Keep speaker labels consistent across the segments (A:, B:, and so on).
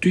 A: Do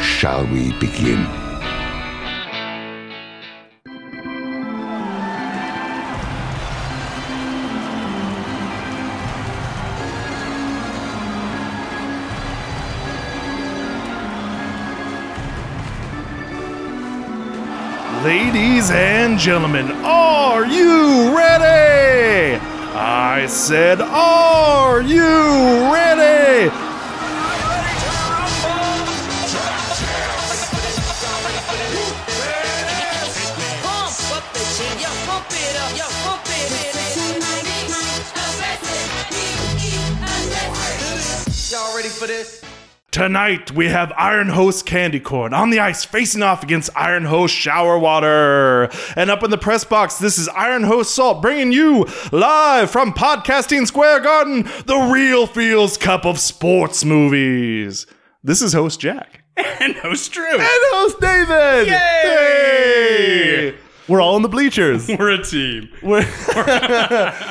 B: shall we begin?
C: Ladies and gentlemen, are you ready? I said, are you ready? Tonight we have Iron Host Candy Corn on the ice facing off against Iron Host Shower Water. And up in the press box, this is Iron Host Salt bringing you live from Podcasting Square Garden the Real Feels Cup of Sports Movies. This is host Jack.
D: And host Drew.
C: And host David. Hey!
E: We're all in the bleachers.
D: We're a team.
E: We're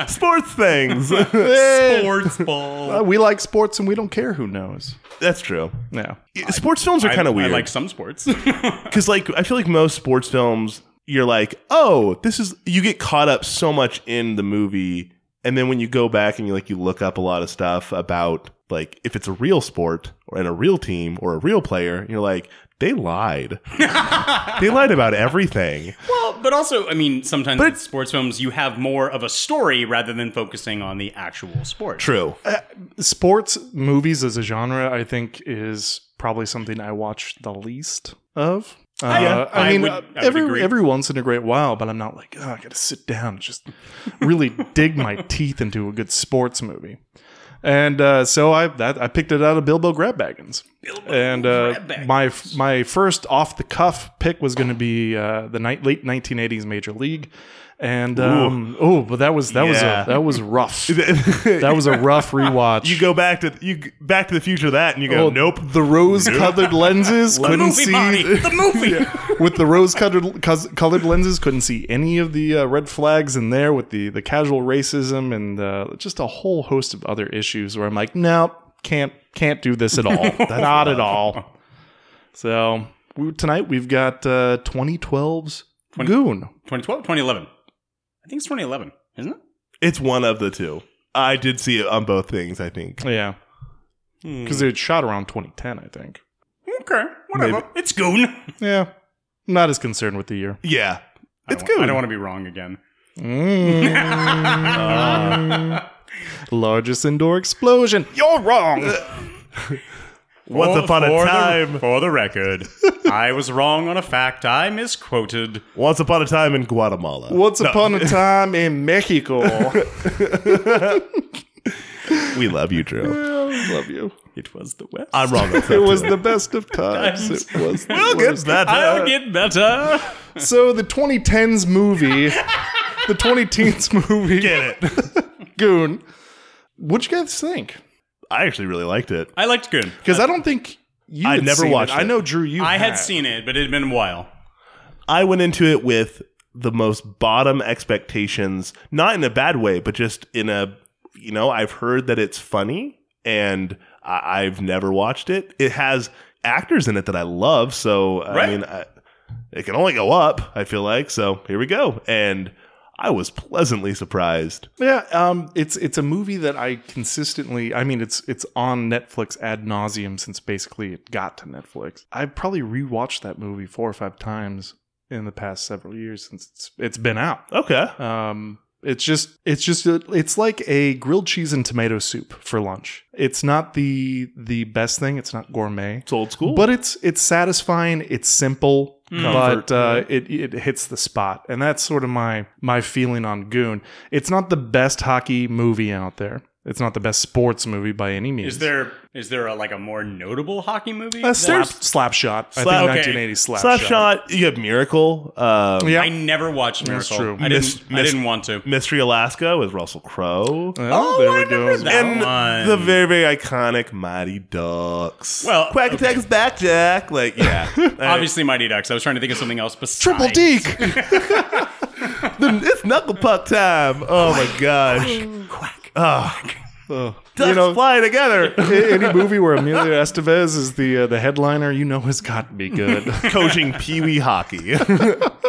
E: sports things.
D: Sports ball.
C: we like sports and we don't care who knows.
E: That's true.
C: No.
E: Sports films are kind
D: I-
E: of weird.
D: I like some sports.
E: Because like I feel like most sports films, you're like, oh, this is you get caught up so much in the movie, and then when you go back and you like you look up a lot of stuff about like if it's a real sport or and a real team or a real player, you're like, they lied. they lied about everything.
D: well, but also, I mean, sometimes
E: But-
D: in sports films, you have more of a story rather than focusing on the actual sport.
E: True.
C: sports movies as a genre, I think, is probably something I watch the least of. Uh,
D: yeah,
C: I,
D: I
C: mean,
D: would-
C: uh,
D: I would
C: every
D: agree.
C: every once in a great while, but I'm not like oh, I got to sit down and just really dig my teeth into a good sports movie. And uh, so I that, I picked it out of Bilbo Grabbaggins, and uh, my f- my first off the cuff pick was going to be uh, the night, late 1980s Major League, and um, oh, but that was that
E: Yeah.
C: was a, that was rough. that was a rough rewatch.
E: You go back to you g- back to the future that and you go,
C: Well,
E: nope.
C: Oh, The rose-colored lenses
D: The
C: couldn't
D: movie,
C: see.
D: Bonnie. The movie.
C: With the rose-colored cos- colored lenses, couldn't see any of the uh, red flags in there. With the the casual racism and uh, just a whole host of other issues, where I'm like, nope, can't can't do this at all. Not at all. So we, tonight we've got uh, 2012's Goon.
D: 2012, 2011. I think it's 2011, isn't it?
E: It's one of the two. I did see it on both things. I think.
C: Yeah, because it shot around 2010, I think.
D: Okay, whatever. It's Goon.
C: Yeah, not as concerned with the year.
E: Yeah,
D: I
E: it's
D: don't-
E: good.
D: I don't want to be wrong again.
C: Mm. Uh, Largest indoor explosion. You're wrong.
E: Once
D: For-
E: upon a
D: for the-
E: time.
D: for the record, I was wrong on a fact I misquoted.
E: Once upon a time in Guatemala.
C: Once upon a time in Mexico.
E: We love you, Drew.
C: Love you.
D: It was the West.
E: I'm wrong.
C: It was the best of times.
D: Times.
C: It was the
E: I'll get
C: worst.
E: that.
C: uh,
D: I'll get better.
C: So the 2010s movie, the 2010s movie,
E: Get it.
C: Goon. What'd you guys think?
E: I actually really liked it.
D: I liked Goon.
C: Because I don't think you.
E: Uh, I'd
C: had
E: never
C: seen
E: watched
C: I
E: it.
C: know Drew. You.
D: I had seen it, but it had been a while.
E: I went into it with the most bottom expectations, not in a bad way, but just in a, you know, I've heard that it's funny and I- I've never watched it. It has actors in it that I love. So,
D: Right.
E: I mean, I, it can only go up, I feel like. So here we go. And I was pleasantly surprised.
C: Yeah, um, it's it's a movie that I consistently. I mean, it's it's on Netflix ad nauseum since basically it got to Netflix. I've probably rewatched that movie four or five times in the past several years since it's it's been out.
E: Okay.
C: Um, it's just it's just a, it's like a grilled cheese and tomato soup for lunch. It's not the the best thing. It's not gourmet.
E: It's old school. Hmm.
C: But it's it's satisfying. It's simple, but uh, it it hits the spot, and that's sort of my my feeling on Goon. It's not the best hockey movie out there. It's not the best sports movie by any means.
D: Is there is there a, like a more notable hockey movie?
C: Uh, slap, slap Shot. I
E: Slap-
C: think
E: okay.
C: 1980 Slap,
E: Slap
C: Shot.
E: shot. You have Miracle. Um,
C: Yeah.
D: I never watched Miracle.
C: That's true.
D: I
E: Miss-
D: didn't. I
E: Miss-
D: didn't want to.
E: Mystery Alaska with Russell Crowe.
C: Oh, there we go.
D: that
E: and
D: one.
E: the very, very iconic Mighty Ducks.
D: Well,
E: Quack
D: okay.
E: Attack's back, Jack. Like, yeah.
C: uh,
D: Obviously, Mighty Ducks. I was trying to think of something else besides
E: Triple Deke. The- it's knuckle puck time. Oh my gosh. Quack. Oh. Ducks fly together.
C: Any movie where Emilio Estevez is the uh, the headliner, you know, has got to be good.
E: Coaching Pee Wee hockey.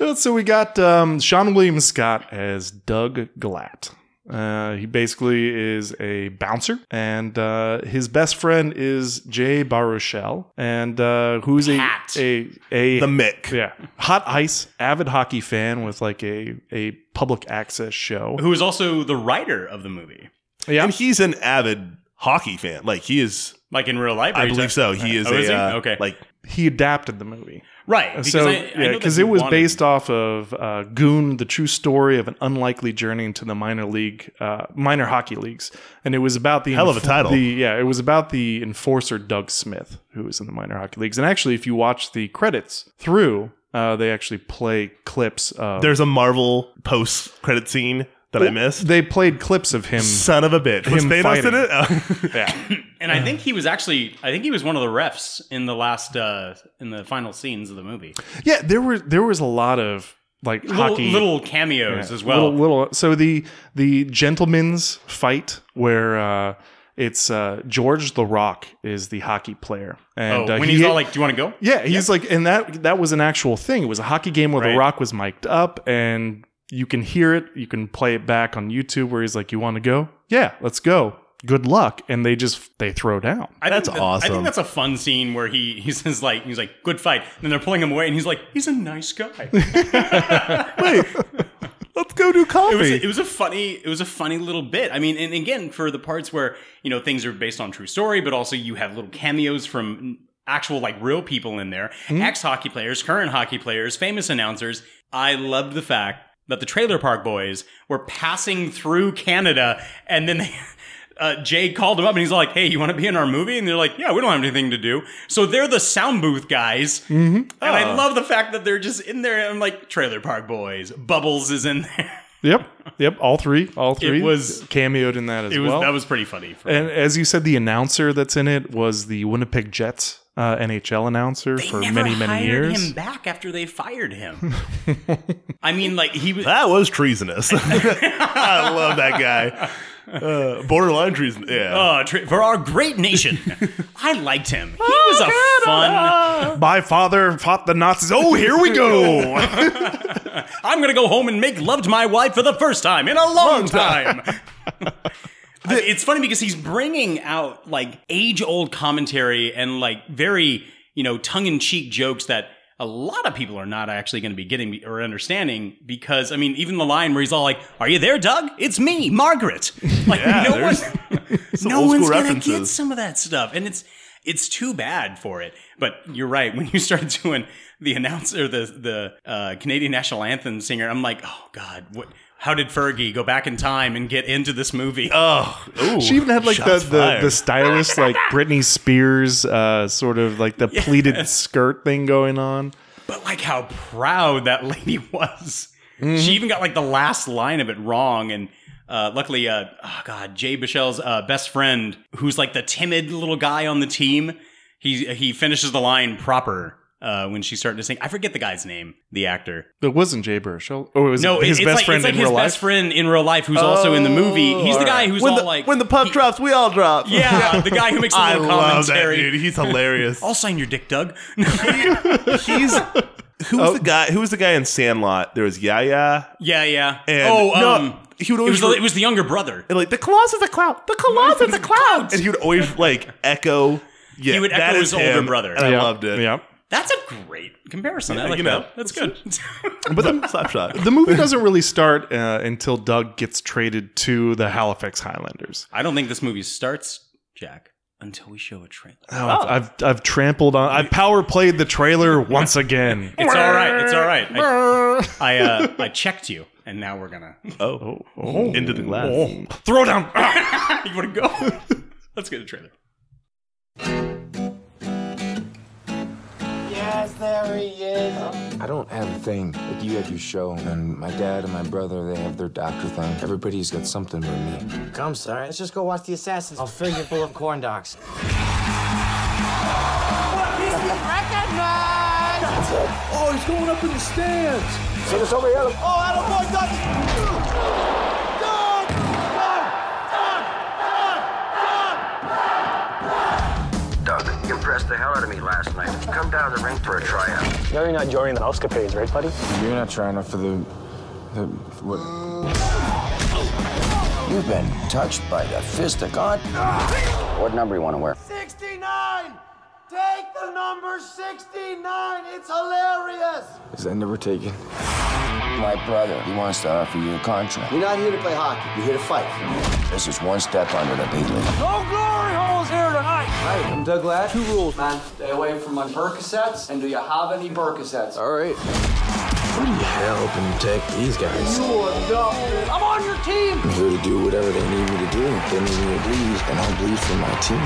C: Uh, So we got um, Sean William Scott as Doug Glatt. Uh, he basically is a bouncer, and uh, his best friend is Jay Baruchel, and uh, who's a
D: Pat.
C: a a
E: the Mick.
C: yeah hot ice avid hockey fan with like a a public access show.
D: who is also the writer of the movie.
C: Yeah,
E: And he's an avid hockey fan. Like he is.
D: Like in real life, or
E: I
D: he's
E: believe so.
D: actually-
E: He is
D: Oh,
E: a
D: he?
E: uh,
D: okay,
E: like
C: he adapted the movie.
D: right. Because
C: so
D: I- I know
C: yeah,
D: that
C: because
D: he
C: it was
D: wanted-
C: based off of uh, Goon, the true story of an unlikely journey into the minor league, uh, minor hockey leagues, and it was about the
E: Hell of a title.
C: the- yeah, it was about the enforcer Doug Smith, who was in the minor hockey leagues. And actually, if you watch the credits through, uh, they actually play clips of.
E: there's a Marvel post credit scene that I missed.
C: They played clips of him.
E: Son of a bitch. Was
C: Him
E: Thanos in
C: fighting.
E: it? Oh.
C: yeah,
D: and I think he was actually. I think he was one of the refs in the last uh in the final scenes of the movie.
C: yeah. There were there was a lot of like hockey
D: little, little cameos
C: Yeah,
D: as well.
C: Little, little- so the the gentleman's fight where uh, it's uh, George the Rock is the hockey player,
D: Oh,
C: and uh,
D: when
C: he
D: he's all
C: hit-
D: like, "Do you want to go?"
C: yeah, he's like, and that that was an actual thing. It was a hockey game where
D: Right.
C: the Rock was mic'd up, and you can hear it. You can play it back on YouTube where he's like, "You want to go? Yeah, let's go. Good luck." And they just they throw down.
D: I think
E: That's
D: that- I
E: awesome.
D: think that's a fun scene where he he says like he's like good fight, and then they're pulling him away, and he's like he's a nice guy. it
E: Let's go do coffee.
D: was a, it was a funny it was a funny little bit. I mean, and again for the parts where you know things are based on true story, but also you have little cameos from actual like real people in there, ex hockey players, current hockey players, famous announcers. I loved the fact that the Trailer Park Boys were passing through Canada, and then they. uh, Jay called him up and he's like, "Hey, you want to be in our movie?" And they're like, "Yeah, we don't have anything to do." So they're the sound booth guys, and I love the fact that they're just in there. And I'm like, "Trailer Park Boys." Bubbles is in there.
C: Yep, yep. All three, all three.
D: was-
C: cameoed in that as
D: It was
C: well.
D: that was pretty funny. For
C: And as you said, the announcer that's in it was the Winnipeg Jets uh, NHL announcer for many, many
D: hired
C: years.
D: him back after they fired him. I mean, like he was.
E: That was treasonous. I love that guy. Uh, borderline treason. Yeah.
D: Uh, tra- for our great nation, I liked him. He
C: Oh,
D: was a fun.
C: My father fought the Nazis. Oh, here we go.
D: I'm gonna go home and make love to my wife for the first time in a long, time. I mean, it's funny because he's bringing out like age-old commentary and like very you know tongue-in-cheek jokes that a lot of people are not actually going to be getting or understanding because I mean even the line where he's all like, "Are you there, Doug? It's me, Margaret." Like no one,
E: there's
D: no
E: old school
D: one's going to
E: references.
D: get some of that stuff, and it's it's too bad for it. But you're right. When you start doing the announcer, the the uh, Canadian national anthem singer, I'm like, oh god, what? How did Fergie go back in time and get into this movie?
E: Oh, ooh,
C: she even had like the,
E: shots
C: the,
E: fired.
C: the stylish, like Britney Spears, uh, sort of like the pleated skirt thing going on.
D: but like how proud that lady was.
E: Mm-hmm.
D: She even got like the last line of it wrong, and uh, luckily, uh, oh god, Jay Bichel's uh, best friend, who's like the timid little guy on the team, he he finishes the line proper uh, when she's starting to sing. I forget the guy's name, the actor.
C: It wasn't Jay Burchell. Oh, it was
D: No,
C: his
D: it's
C: best
D: like,
C: friend
D: it's like
C: in
D: his
C: real
D: best
C: life.
D: friend in real life, who's also in the movie. He's the guy who's
E: Oh, when
D: all
E: the,
D: like
E: when the puck drops, we all drop.
D: Yeah, the guy who makes the
E: I
D: little
E: love that
D: commentary.
E: dude. He's hilarious.
D: I'll sign your dick, Doug.
E: He's who was the guy? Who was the guy in Sandlot? There was Yaya.
D: yeah, yeah.
E: And
D: oh,
E: no,
D: um,
E: he would
D: it
E: always
D: was the,
E: re-
D: it was the younger brother.
E: And like the Colossus, a clown. The Colossus, a clown. And he would always like echo. Yeah,
D: He would
E: that
D: echo
E: is
D: his older
E: him.
D: brother.
E: And I
C: Yeah,
E: loved it.
C: Yeah.
D: That's a great comparison. I
E: Yeah,
D: like
E: you know.
D: that. That's good.
E: but the slap shot.
C: The movie doesn't really start uh, until Doug gets traded to the Halifax Highlanders.
D: I don't think this movie starts, Jack, until we show a trailer.
C: Oh, I've, I've I've trampled on. I've power played the trailer once again.
D: It's all right. It's all right. I, I, uh, I checked you. and now we're gonna
E: oh, oh. into the glass.
C: Oh. Throw down.
D: you want to go? Let's get a trailer.
F: Yes, there he is.
G: I don't have a thing. Like you have your show, and my dad and my brother they have their doctor thing. Everybody's got something with me.
F: Come, sir. Let's just go watch the assassins. I'll fill you full of corn dogs.
H: Recognize! That's it. Oh, he's going up in the stands.
F: See this over here. Oh, Adam Boy got Dog! Dog!
I: Dog! Dog! Dog! Dog, you impressed the hell out of me last night. Come down to the ring for a tryout.
J: Now you're not joining the escapades, right, buddy?
G: You're not trying out for the. the. what?
I: You've been touched by the fist of God. What number you want to wear?
F: 69! Take the number 69. It's hilarious.
G: Is that number taken?
I: My brother, he wants to offer you a contract.
F: You're not here to play hockey. You're here to fight.
I: This is one step under the big league.
F: No glory holes here tonight.
K: Hey, I'm Doug Ladd.
F: Two rules,
K: man. Stay away from my Percocets. And do you have any Percocets?
F: All right.
G: Who the hell can you take these guys?
F: You are dumb. I'm on your team.
G: I'm here to do whatever they need me to do. If they need me to bleed, and I'll bleed for my team.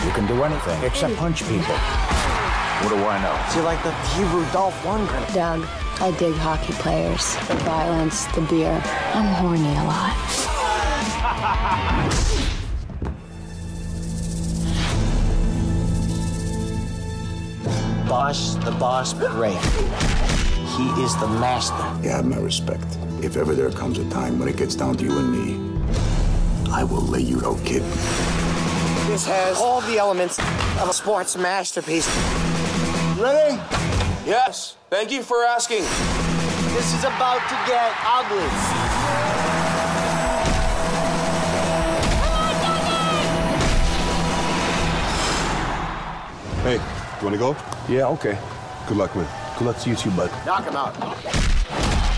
I: You can do anything except punch people. What do I know?
F: So you're like the Hebrew Dolph Lundgren.
L: Doug, I dig hockey players, the violence, the beer. I'm horny a lot.
F: Boss, the boss, great. He is the master.
B: You have my respect. If ever there comes a time when it gets down to you and me, I will lay you out, kid.
F: This has all the elements of a sports masterpiece.
M: Ready?
N: Yes. Thank you for asking.
F: This is about to get ugly.
B: Hey, you want to go?
M: Yeah, okay.
B: Good luck, man.
M: Good luck to you too, bud.
F: Knock him out.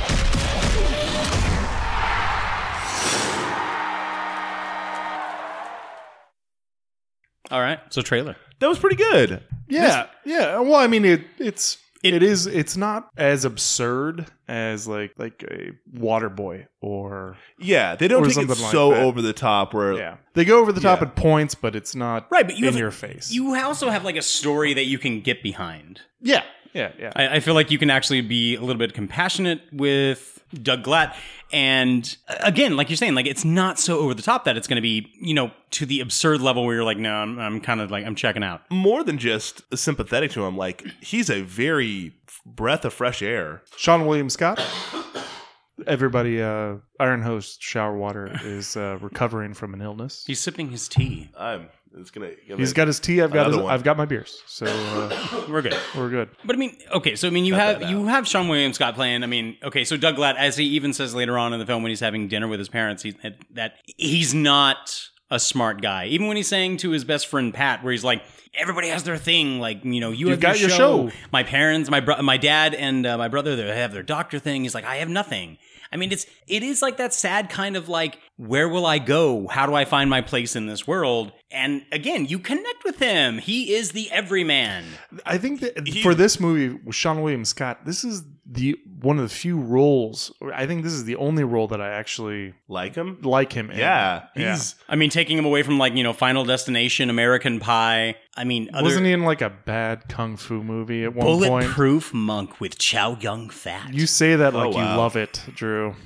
D: All right. So trailer.
E: That was pretty good.
C: Yeah. This, yeah. Well, I mean it it's it, it is it's not as absurd as like like a Waterboy or
E: Yeah, they don't take it so like over the top where
C: Yeah. They go over the top yeah. at points, but it's not right, but you in
D: have,
C: your face.
D: You also have like a story that you can get behind.
C: Yeah. Yeah, yeah.
D: I, I feel like you can actually be a little bit compassionate with Doug Glatt. And uh, again, like you're saying, like it's not so over the top that it's going to be, you know, to the absurd level where you're like, no, I'm, I'm kind of like, I'm checking out.
E: More than just sympathetic to him, like he's a very breath of fresh air.
C: Sean William Scott. Everybody, uh, Iron Host Shower Water is uh, recovering from an illness.
D: He's sipping his tea.
E: I'm. It's gonna.
C: He's got his tea. I've got. His, one. I've got my beers. So
D: uh, we're good.
C: We're good.
D: But I mean, okay. So I mean, you Cut have you have Sean William Scott playing. I mean, okay. So Doug Glatt, as he even says later on in the film when he's having dinner with his parents, he, that he's not a smart guy. Even when he's saying to his best friend Pat, where he's like, everybody has their thing. Like, you know, you
C: You've
D: have
C: got
D: your,
C: your show. show.
D: My parents, my bro- my dad, and uh, my brother, they have their doctor thing. He's like, I have nothing. I mean, it's it is like that sad kind of like, where will I go? How do I find my place in this world? And again, you connect with him. He is the everyman.
C: I think that he, for this movie, with Sean William Scott, this is the one of the few roles. I think this is the only role that I actually
E: like him.
C: Like him. In.
E: Yeah, he's.
D: Yeah. I mean, taking him away from like you know Final Destination, American Pie. I mean,
C: other, wasn't he in like a bad kung fu movie at one
D: bulletproof
C: point?
D: Bulletproof monk with Chow Yun Fat.
C: You say that like oh, wow. you love it, Drew.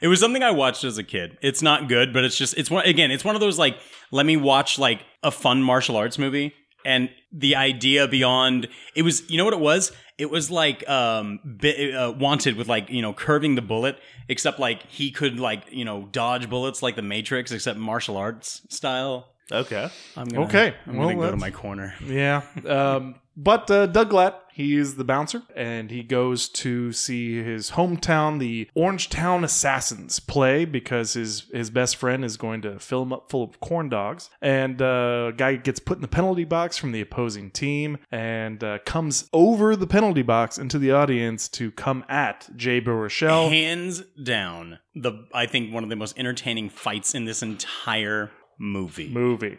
D: It was something I watched as a kid. It's not good, but it's just it's one again. It's one of those like let me watch like a fun martial arts movie and the idea beyond it was you know what it was it was like um bi- uh, wanted with like you know curving the bullet except like he could like you know dodge bullets like the matrix except martial arts style
E: okay
D: i'm gonna,
C: okay
D: i'm well, gonna go to my corner
C: yeah um but uh, Doug Glatt, he is the bouncer, and he goes to see his hometown, the Orangetown Assassins, play because his his best friend is going to fill him up full of corn dogs. And uh, a guy gets put in the penalty box from the opposing team and uh, comes over the penalty box into the audience to come at Jay Baruchel.
D: Hands down, the I think one of the most entertaining fights in this entire movie.
C: Movie.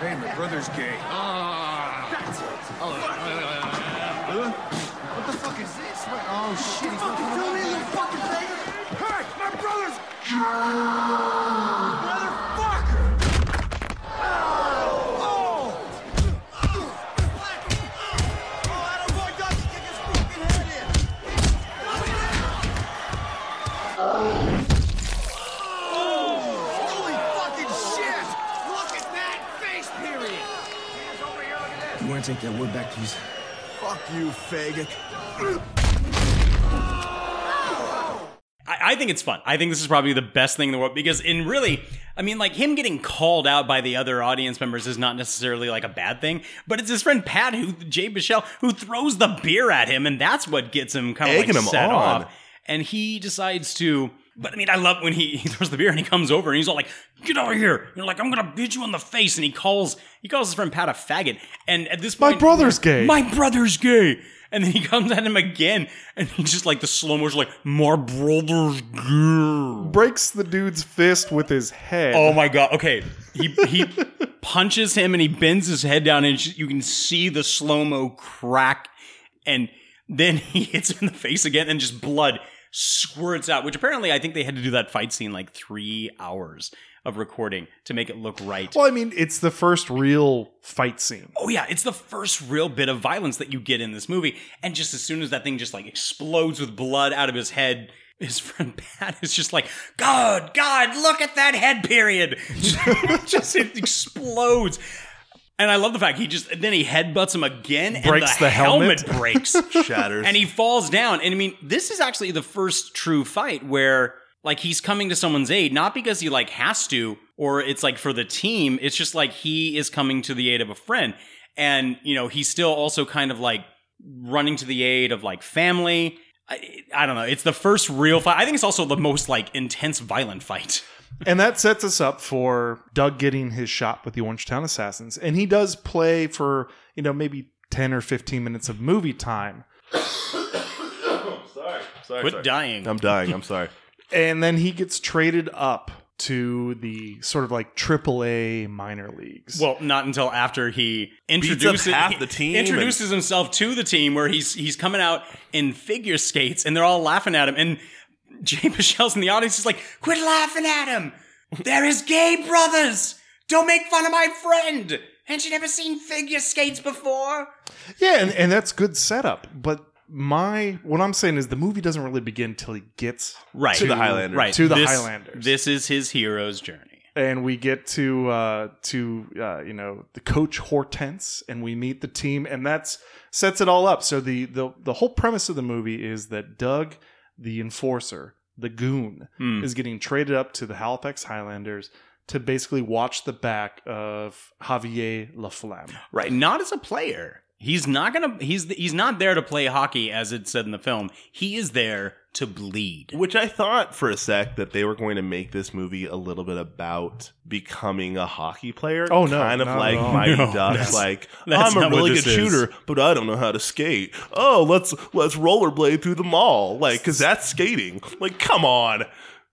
O: Hey, my brother's gay. Ah.
P: That's it. Oh, uh, uh, uh,
H: What the fuck is this? Wait,
M: oh shit!
H: You fucking kill me, you fucking pagan! Hey, my brother's. Motherfucker! Oh! Oh, I don't want God to kick his fucking head in. Holy fucking shit! Look at that face period.
M: You want to take that wood back to use?
H: Fuck you, faggot.
D: I, I think it's fun. I think this is probably the best thing in the world because, in really, I mean, like him getting called out by the other audience members is not necessarily like a bad thing, but it's his friend Pat, who Jay Michelle, who throws the beer at him, and that's what gets him kind of
E: Egging
D: like
E: him
D: set
E: on.
D: off. And he decides to. But I mean, I love when he, he throws the beer and he comes over and he's all like, "Get over here!" You're like, "I'm gonna beat you in the face," and he calls he calls his friend Pat a faggot. And at this point,
C: My brother's gay.
D: My brother's gay. And then he comes at him again, and he's just like the slow motion, like my brother's gay.
C: Breaks the dude's fist with his head.
D: Oh my god! Okay, he he punches him and he bends his head down, and you can see the slow mo crack, and then he hits him in the face again, and just blood squirts out. Which apparently, I think they had to do that fight scene like three hours of recording to make it look right.
C: Well, I mean, it's the first real fight scene.
D: Oh yeah, it's the first real bit of violence that you get in this movie, and just as soon as that thing just like explodes with blood out of his head, his friend Pat is just like, "God, God, look at that head period!" just it explodes, and I love the fact he just then he headbutts him again,
C: Breaks
D: and
C: the helmet.
D: breaks,
E: Shatters.
D: and he falls down. And I mean, this is actually the first true fight where like he's coming to someone's aid, not because he like has to or it's like for the team. It's just like he is coming to the aid of a friend. And, you know, he's still also kind of like running to the aid of like family. I, I don't know. It's the first real fight. I think it's also the most like intense violent fight.
C: and that sets us up for Doug getting his shot with the Orangetown Assassins. And he does play for, you know, maybe 10 or 15 minutes of movie time.
E: sorry, sorry.
D: Quit
E: sorry.
D: dying.
E: I'm dying. I'm sorry.
C: And then he gets traded up to the sort of like AAA minor leagues.
D: Well, not until after he
E: up
D: introduces
E: half the team
D: he introduces himself to the team, where he's he's coming out in figure skates, and they're all laughing at him. And Jay Michelle's in the audience, is like, "Quit laughing at him! They're his gay brothers. Don't make fun of my friend." Haven't you never seen figure skates before?
C: Yeah, and, and that's good setup. But my what I'm saying is the movie doesn't really begin till he gets
D: Right
E: To the Highlanders.
D: Right
C: to the
D: this,
C: Highlanders.
D: This is his hero's journey.
C: and we get to uh, to uh, you know the coach Hortense, and we meet the team, and that's sets it all up. So the the the whole premise of the movie is that Doug, the enforcer, the goon,
D: Hmm.
C: is getting traded up to the Halifax Highlanders to basically watch the back of Javier Laflamme.
D: Right. Not as a player. He's not gonna. He's he's not there to play hockey, as it said in the film. He is there to bleed.
E: Which I thought for a sec that they were going to make this movie a little bit about becoming a hockey player.
C: Oh, no,
E: kind of
C: not at
E: like
C: all.
E: Mighty
C: No,
E: Ducks.
C: that's-
E: Like
D: that's
E: I'm
D: not
E: a
D: what
E: really
D: this
E: good
D: is.
E: shooter, but I don't know how to skate. Oh, let's let's rollerblade through the mall, like because that's skating. Like, come on.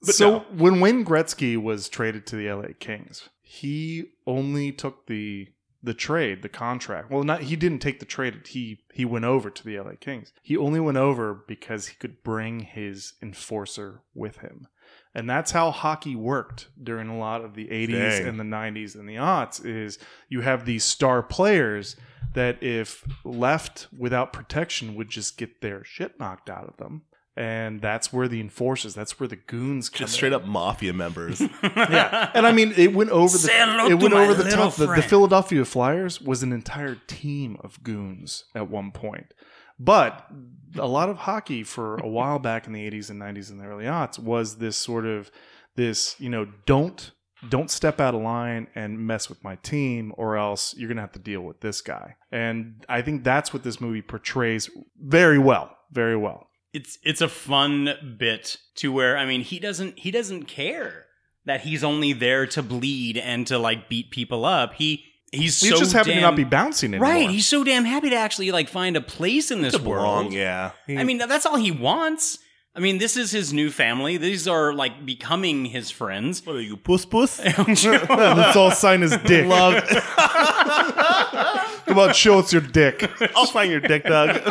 E: But
C: so
E: no.
C: when Wayne Gretzky was traded to the LA Kings, he only took the the trade, the contract. Well, not he didn't take the trade. He he went over to the LA Kings. He only went over because he could bring his enforcer with him. And that's how hockey worked during a lot of the 80s
E: Dang.
C: and the 90s and the aughts is you have these star players that if left without protection would just get their shit knocked out of them. And that's where the enforcers, that's where the goons come
E: just
C: in.
E: straight up mafia members.
C: Yeah, and I mean, it went over the
D: Say hello
C: it
D: to
C: went
D: my
C: over the
D: little
C: top. The, the
D: friend.
C: Philadelphia Flyers was an entire team of goons at one point, but a lot of hockey for a while back in the '80s and '90s and the early aughts was this sort of this you know don't don't step out of line and mess with my team or else you're gonna have to deal with this guy. And I think that's what this movie portrays very well, very well.
D: It's it's a fun bit to where I mean he doesn't he doesn't care that he's only there to bleed and to like beat people up. He he's
C: He's
D: so
C: just happy
D: damn,
C: to not be bouncing anymore.
D: right. He's so damn happy to actually like find a place in this
E: To belong,
D: world.
E: yeah.
D: I mean that's all he wants. I mean, this is his new family. These are like becoming his friends.
E: What are you, puss puss?
C: Let's all sign his dick.
E: Love.
C: Come on, show us your dick.
E: I'll sign your dick, Doug.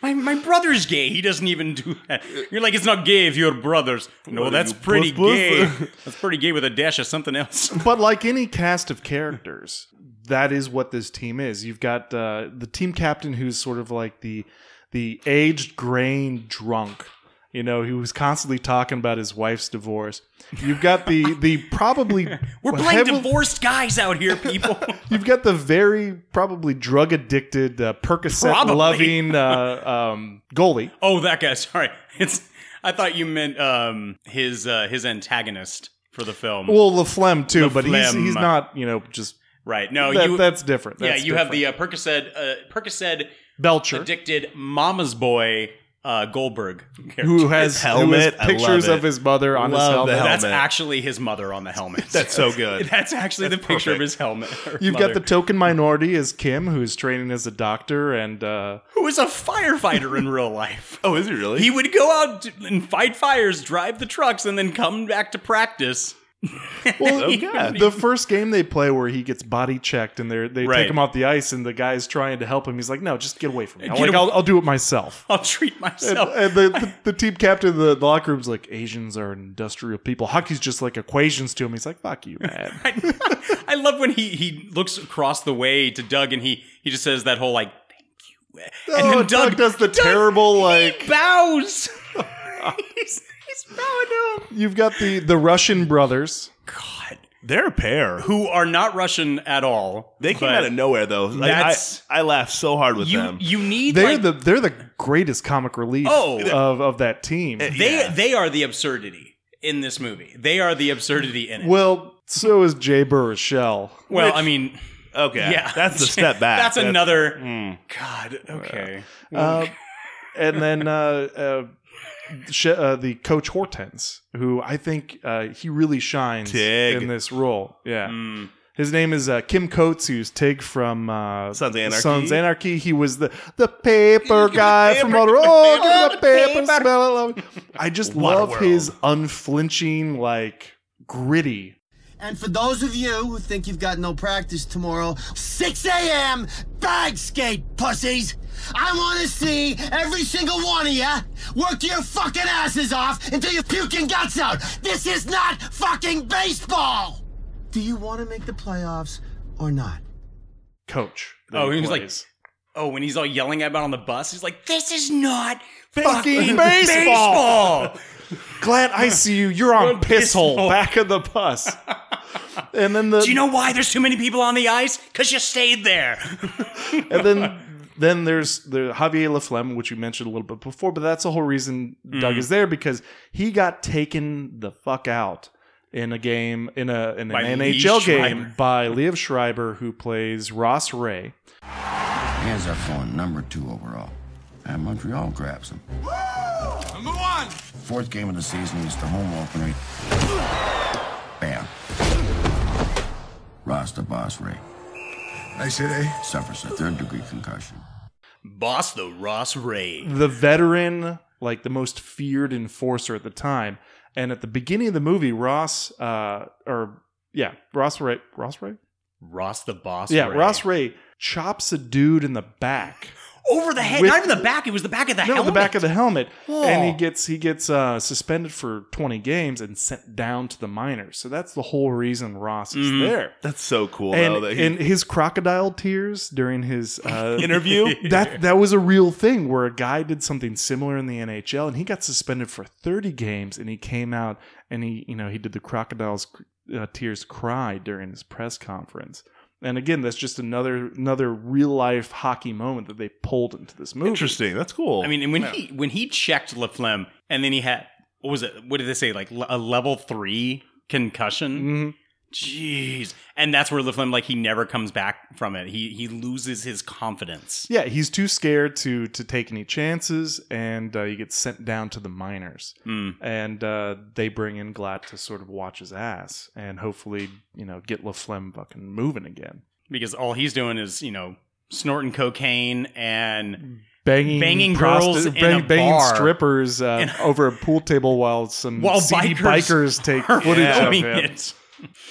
D: my, my brother's gay. He doesn't even do that. You're like, it's not gay if you're brothers. No,
E: What are
D: that's
E: you, puss
D: pretty
E: puss?
D: gay. that's pretty gay with a dash of something else.
C: but like any cast of characters, that is what this team is. You've got uh, the team captain who's sort of like the the aged grain drunk, you know, who was constantly talking about his wife's divorce. You've got the the probably
D: We're playing
C: heavily-
D: divorced guys out here, people.
C: You've got the very probably drug addicted uh, Percocet
D: Probably.
C: loving uh, um, goalie.
D: oh, that guy. Sorry, it's. I thought you meant um his uh, his antagonist for the film.
C: Well, Laflemme too, but he's
D: Laflemme.
C: he's not you know just
D: right. No,
C: that-
D: Oh, you.
C: that's different.
D: yeah,
C: That's
D: you have
C: different.
D: the uh, Percocet uh, Percocet
C: Belcher.
D: addicted mama's boy uh, Goldberg character.
C: Who has-
E: His helmet, I
C: pictures
E: love
C: of
E: it.
C: his mother on his
E: Love
C: helmet.
E: the
D: That's
E: helmet.
D: actually his mother on the helmet.
E: That's so good.
D: That's actually the picture of his helmet. her
C: You've
D: mother.
C: got the token minority is Kim, who's training as a doctor, and uh,
D: who is a firefighter in real life.
E: Oh, is he really?
D: He would go out and fight fires, drive the trucks, and then come back to practice.
E: Oh,
C: well,
D: He would-
C: the first game they play where he gets body checked and they they
D: Right.
C: take him off the ice, and the guy's trying to help him. He's like, "No, just get away from me.
D: Get
C: Like,
D: away-
C: I'll, I'll do it myself."
D: I'll treat
C: And,
D: myself.
C: and the, the, the team captain of the, the locker room's like, Asians are industrial people. Hockey's just like equations to him. He's like, fuck you, man.
D: I love when he he looks across the way to Doug and he he just says that whole like
C: Oh,
D: And then
C: Doug,
D: Doug-
C: does the terrible, like,
D: bows. he's, he's bowing to him.
C: you've got the, the Russian brothers.
E: They're a pair.
D: Who are not Russian at all.
E: They came
D: but
E: out of nowhere though. Like, I,
D: That's-
E: I laughed so hard with
D: you
E: them.
D: you need
C: They're
D: like,
C: the they're the greatest comic relief
D: Oh. Eh.
C: of, of that team.
D: They they are the absurdity in this movie. They are the absurdity in it. Well,
C: well, so is Jay Baruchel.
D: I mean,
E: Okay,
D: yeah,
E: that's the step back.
D: That's, another
E: Mm.
D: God. Okay,
C: Uh, and then uh, uh, sh- uh, the coach Hortense, who I think uh, he really shines
E: Tig.
C: in this role. Yeah. His name is uh, Kim Coates, who's Tig from uh,
E: Sons of Anarchy.
C: Sons of Anarchy. He was the the paper guy
E: paper,
C: from Motor.
E: give me the
C: Oh,
E: paper,
C: give me the paper,
E: paper.
C: smell it. I just
E: What a
C: love
E: world.
C: his unflinching, like gritty.
F: And for those of you who think you've got no practice tomorrow, 6 a.m. bag skate, pussies! I want to see every single one of you work your fucking asses off until you puke your guts out. This is not fucking baseball! Do you want to make the playoffs or not?
C: coach. that
D: Oh, he was like,
C: plays.
D: oh, when he's all yelling about on the bus, he's like, "This is not
C: Fucking
D: fucking
C: baseball."
D: baseball."
C: glad I see you. You're on
D: You're on
C: piss
D: piss
C: hole
D: hole."
C: back of the bus. and then the
D: Do you know why there's too many people on the ice? Cause you stayed there.
C: and then then there's the Javier Laflemme, which you mentioned a little bit before, but that's the whole reason
D: Mm.
C: Doug is there because he got taken the fuck out in a game in a in an
D: By Lee
C: NHL game
D: Schreiber.
C: by Liev Schreiber, who plays Ross Ray.
I: Hands are falling number two overall. And Montreal grabs him.
H: Number one.
I: Fourth game of the season is the home opener. Bam. Ross the boss Ray
M: Nice hit, eh?
I: suffers a third degree concussion.
D: Boss the Ross Ray.
C: the veteran, like the most feared enforcer at the time. And at the beginning of the movie, Ross, uh, or yeah, Ross Ray, Ross Ray,
D: Ross the Boss.
C: yeah,
D: Ray.
C: Ross Ray chops a dude in the back,
D: over the head.
C: With-
D: not even the back. It was the back of the
C: no,
D: helmet.
C: the back of the helmet,
D: Oh.
C: and he gets he gets uh, suspended for twenty games and sent down to the minors. So that's the whole reason Ross is
D: Mhm.
C: there.
E: That's so cool though.
C: And,
E: That he,
C: and his crocodile tears during his uh,
E: interview.
C: that that was a real thing where a guy did something similar in the NHL and he got suspended for 30 games and he came out and he you know he did the crocodile's uh, tears cry during his press conference. And again, that's just another another real life hockey moment that they pulled into this movie.
E: Interesting. That's cool.
D: I mean, and when
E: Yeah.
D: he when he checked Laflemme, and then he had what was it? What did they say? Like le- a level three concussion.
C: Mhm.
D: Jeez, and that's where Laflemme like he never comes back from it. He he loses his confidence.
C: Yeah, he's too scared to to take any chances, and uh, he gets sent down to the minors.
D: Mm.
C: And uh, they bring in Glatt to sort of watch his ass and hopefully you know get Laflemme fucking moving again.
D: because all he's doing is you know snorting cocaine and
C: banging
D: banging girls
C: prosti-
D: in
C: bang-
D: a
C: banging
D: bar.
C: strippers uh,
D: And-
C: over a pool table while some
D: While
C: seedy
D: bikers
C: bikers, take
D: are
C: footage of
D: filming
C: him.
D: it.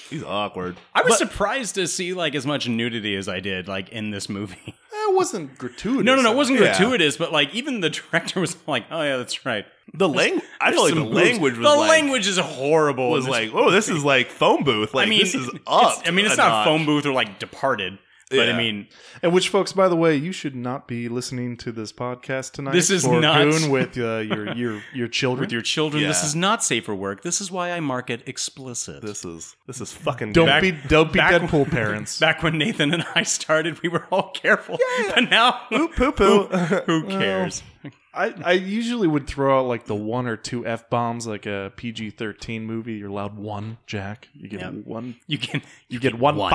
E: He's awkward.
D: I was surprised to see like as much nudity as I did like in this movie.
C: It wasn't gratuitous.
D: No, no, no, it wasn't
E: Yeah.
D: gratuitous, but like even the director was like, "Oh yeah, that's right."
E: The lang- I
D: there's
E: feel like
D: some
E: the
D: moves.
E: language was
D: the
E: like-
D: language is horrible. in
E: was
D: this
E: like, oh, this is like phone booth. Like
D: I mean,
E: this is
D: it's-
E: up.
D: I mean, it's
E: a
D: not
E: notch.
D: phone booth or like Departed, but
E: Yeah.
D: I mean,
C: And which, folks, by the way, you should not be listening to this podcast tonight.
D: This is
C: or
D: nuts.
C: goon with uh, your your your children.
D: with your children, this
C: Yeah.
D: is not safe for work. This is why I mark it explicit.
E: This is this is fucking.
C: don't
D: Back-
C: be don't be
D: back-
C: Deadpool parents.
D: Back when Nathan and I started, we were all careful, but now
E: poo poo.
D: Who cares?
C: I, I usually would throw out like the one or two f bombs, like a PG thirteen movie. You're allowed one, Jack. You get
D: Yep.
C: one.
D: You can
C: You get one,
D: one.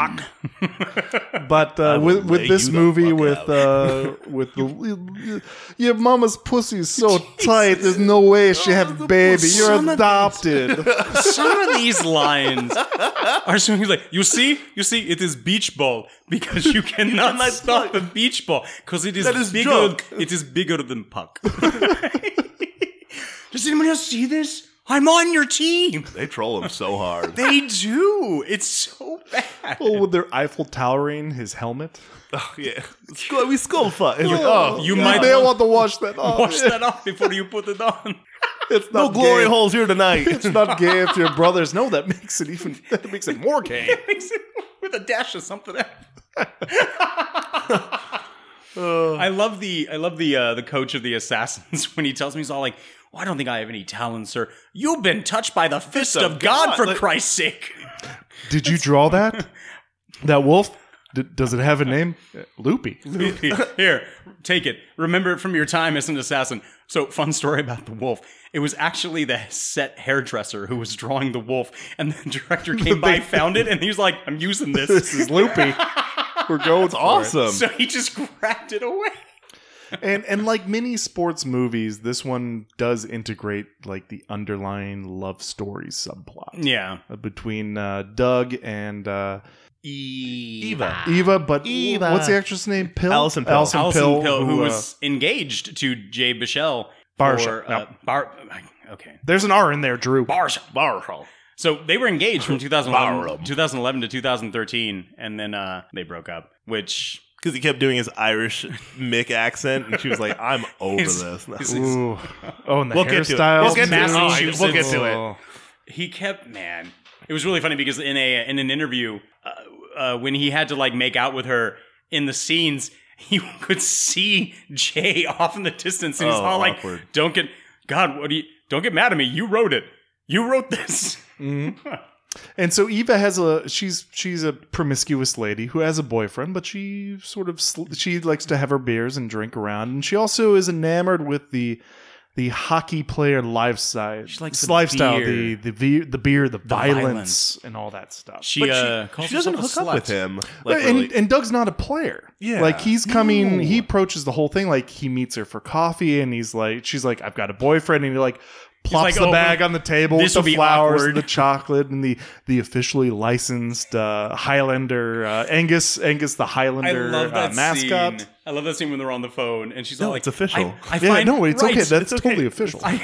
C: fuck. But uh,
E: will
C: with
E: lay
C: with this
E: you the
C: movie,
E: fuck
C: with
E: out.
C: uh, with the your mama's pussy is so tight. There's no way she have a baby.
D: Some
C: You're
D: of
C: adopted.
D: Some of these lines are so he's like, you see, you see, it is beach ball because you cannot
E: cannot
D: stop a beach ball because it is,
E: That is
D: bigger.
E: junk.
D: It is bigger than puck. Does anyone else see this? I'm on your team.
E: They troll him so hard.
D: They do. It's so bad.
C: Well, Oh, with their Eiffel towering his helmet.
E: oh, yeah, Skull- we skull fuck. It's like,
C: Oh,
E: oh,
D: you
C: God.
D: might
C: may
D: want-
C: want to wash that off.
D: Wash that off before you put it on.
C: It's
E: no
C: not
E: glory
C: gay.
E: holes here tonight.
C: It's not gay if your brothers know. That makes it even. That makes it more gay.
D: Mix it with a dash of something. else. I love the I love the uh, the coach of the assassins when he tells me he's all like, "Well, I don't think I have any talent, sir. You've been touched by the fist, of, God, for
E: Like-
D: Christ's sake."
C: Did you draw that? That wolf? D- does it have a name? Loopy.
D: Loopy, here, take it. Remember it from your time as an assassin. So, fun story about the wolf. It was actually the set hairdresser who was drawing the wolf, and the director came by, found it, and he was like, "I'm using this.
C: This is Loopy. We're going for it.
E: awesome.
D: So he just grabbed it away.
C: And and like many sports movies, this one does integrate like the underlying love story subplot
D: Yeah.
C: uh, between uh, Doug and uh,
D: Eva.
C: Eva. But w-
E: E- Eva.
C: what's the actress name? Pill.
E: Allison Pill.
C: Allison,
D: Alison
C: Pill,
D: Pill, who
C: uh,
D: was engaged to Jay Bichelle.
C: Barsha,
D: for, uh, Bar- okay.
C: there's an R in there, Drew.
D: Barsha. Barsha. So they were engaged from 2011,
E: Barham.
D: 2011 to 2013, and then uh, they broke up, which
E: Because he kept doing his Irish Mick accent, and she was like, "I'm over
D: He's-
E: this."
D: he's-
C: Ooh. Oh, and the
E: We'll get to it.
C: hairstyle.
E: We'll get to it.
C: too.
E: Oh, I- we'll get to it.
C: Oh.
D: he kept man it was really funny because in a in an interview uh, uh, when he had to like make out with her in the scenes he could see jay off in the distance and he's
E: Oh,
D: all
E: awkward.
D: like don't get god what do you don't get mad at me you wrote it you wrote this
C: And so Eva has a she's she's a promiscuous lady who has a boyfriend, but she sort of sl- she likes to have her beers and drink around, and she also is enamored with the the hockey player lifestyle. She
D: likes the
C: lifestyle,
D: beer.
C: the the ve- the beer, the, violence,
D: violence.
C: and all that stuff.
D: she
E: But
D: uh calls
E: she doesn't hook
D: herself a
E: up with
D: slut.
E: him. Like,
C: and,
E: really.
C: and Doug's not a player.
E: Yeah.
C: Like he's coming,
E: No.
C: he approaches the whole thing like he meets her for coffee and he's like, she's like, I've got a boyfriend. And he like plops
D: like,
C: the
D: "Oh,
C: bag on the table
D: this
C: with
D: will be
C: the flowers, and
D: awkward."
C: the chocolate, and the, the officially licensed uh, Highlander, uh, Angus, Angus the
D: I
C: Highlander
D: love
C: uh,
D: that
C: mascot.
D: scene. I love that scene when they're on the phone and she's all
E: No,
D: like,
E: it's official.
D: I, I
C: Yeah,
D: find,
C: no, it's
D: right,
C: okay.
D: it's
C: That's
D: okay.
C: totally official.
D: I,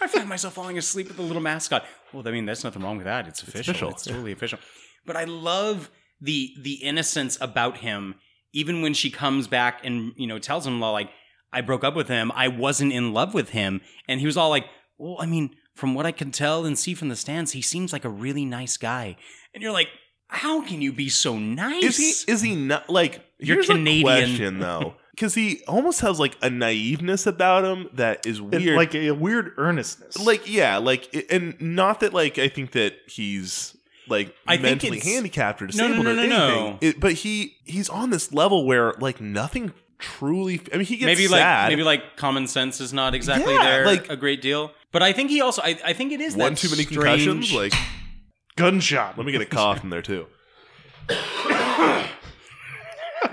D: I find myself falling asleep with the little mascot. Well, I mean, that's nothing wrong with that. It's official. It's,
E: official.
D: totally official. But I love the the innocence about him, even when she comes back and you know tells him like, I broke up with him. I wasn't in love with him, and he was all like, Well, I mean, from what I can tell and see from the stands, he seems like a really nice guy. And you're like, How can you be so nice?
E: is he is he not like
D: You're
E: here's
D: Canadian.
E: a question though because he almost has like a naiveness about him that is
C: It-
E: weird
C: like a weird earnestness.
E: like yeah like i- and not that like i think that he's like
D: I think
E: mentally
D: it's-
E: handicapped or
D: No, no,
E: disabled
D: no,
E: or
D: no,
E: anything
D: no.
E: It- but he he's on this level where like nothing truly i mean he gets
D: maybe
E: sad.
D: like maybe like common sense is not exactly
E: Yeah,
D: there
E: like-
D: a great deal. But I think he also I, I think it is
E: one
D: that
E: too many
D: strange-
E: concussions like
C: gunshot.
E: let me get a cough in there too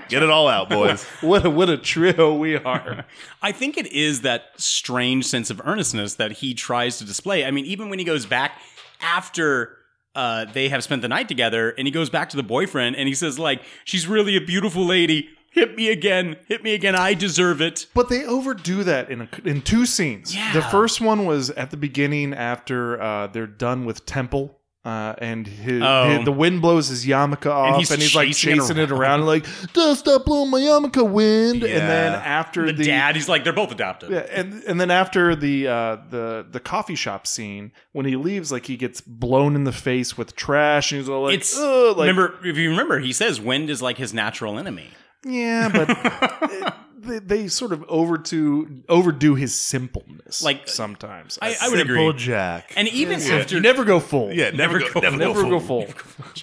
E: get it all out boys
C: what a, what a trio we are.
D: I think it is that strange sense of earnestness that he tries to display. I mean, even when he goes back after uh, they have spent the night together, and he goes back to the boyfriend, and he says like, "She's really a beautiful lady." Hit me again. Hit me again. I deserve it.
C: But they overdo that in a, in two scenes.
D: Yeah.
C: The first one was at the beginning after uh, they're done with Temple. Uh, and his,
D: Oh.
C: his- the wind blows his yarmulke off, and
D: he's
C: he's, like
D: chasing it
C: chasing it around, like "Don't stop blowing my yarmulke, wind!" And then after
D: the, dad, he's like, they're both adopted.
C: Yeah, and and then after the uh, the the coffee shop scene, when he leaves, like he gets blown in the face with trash, and he's all like,
D: it's
C: "Ugh," like,
D: remember if you remember, he says wind is like his natural enemy.
C: yeah, but it- they, they sort of over to overdo his simpleness,
D: Like,
C: sometimes.
D: I- I would
C: Simple
D: agree.
E: Jack.
D: And even
C: Yeah.
D: after
C: You never go full,
E: Yeah, never, go, never,
C: never
E: go,
C: go
E: full.
C: full.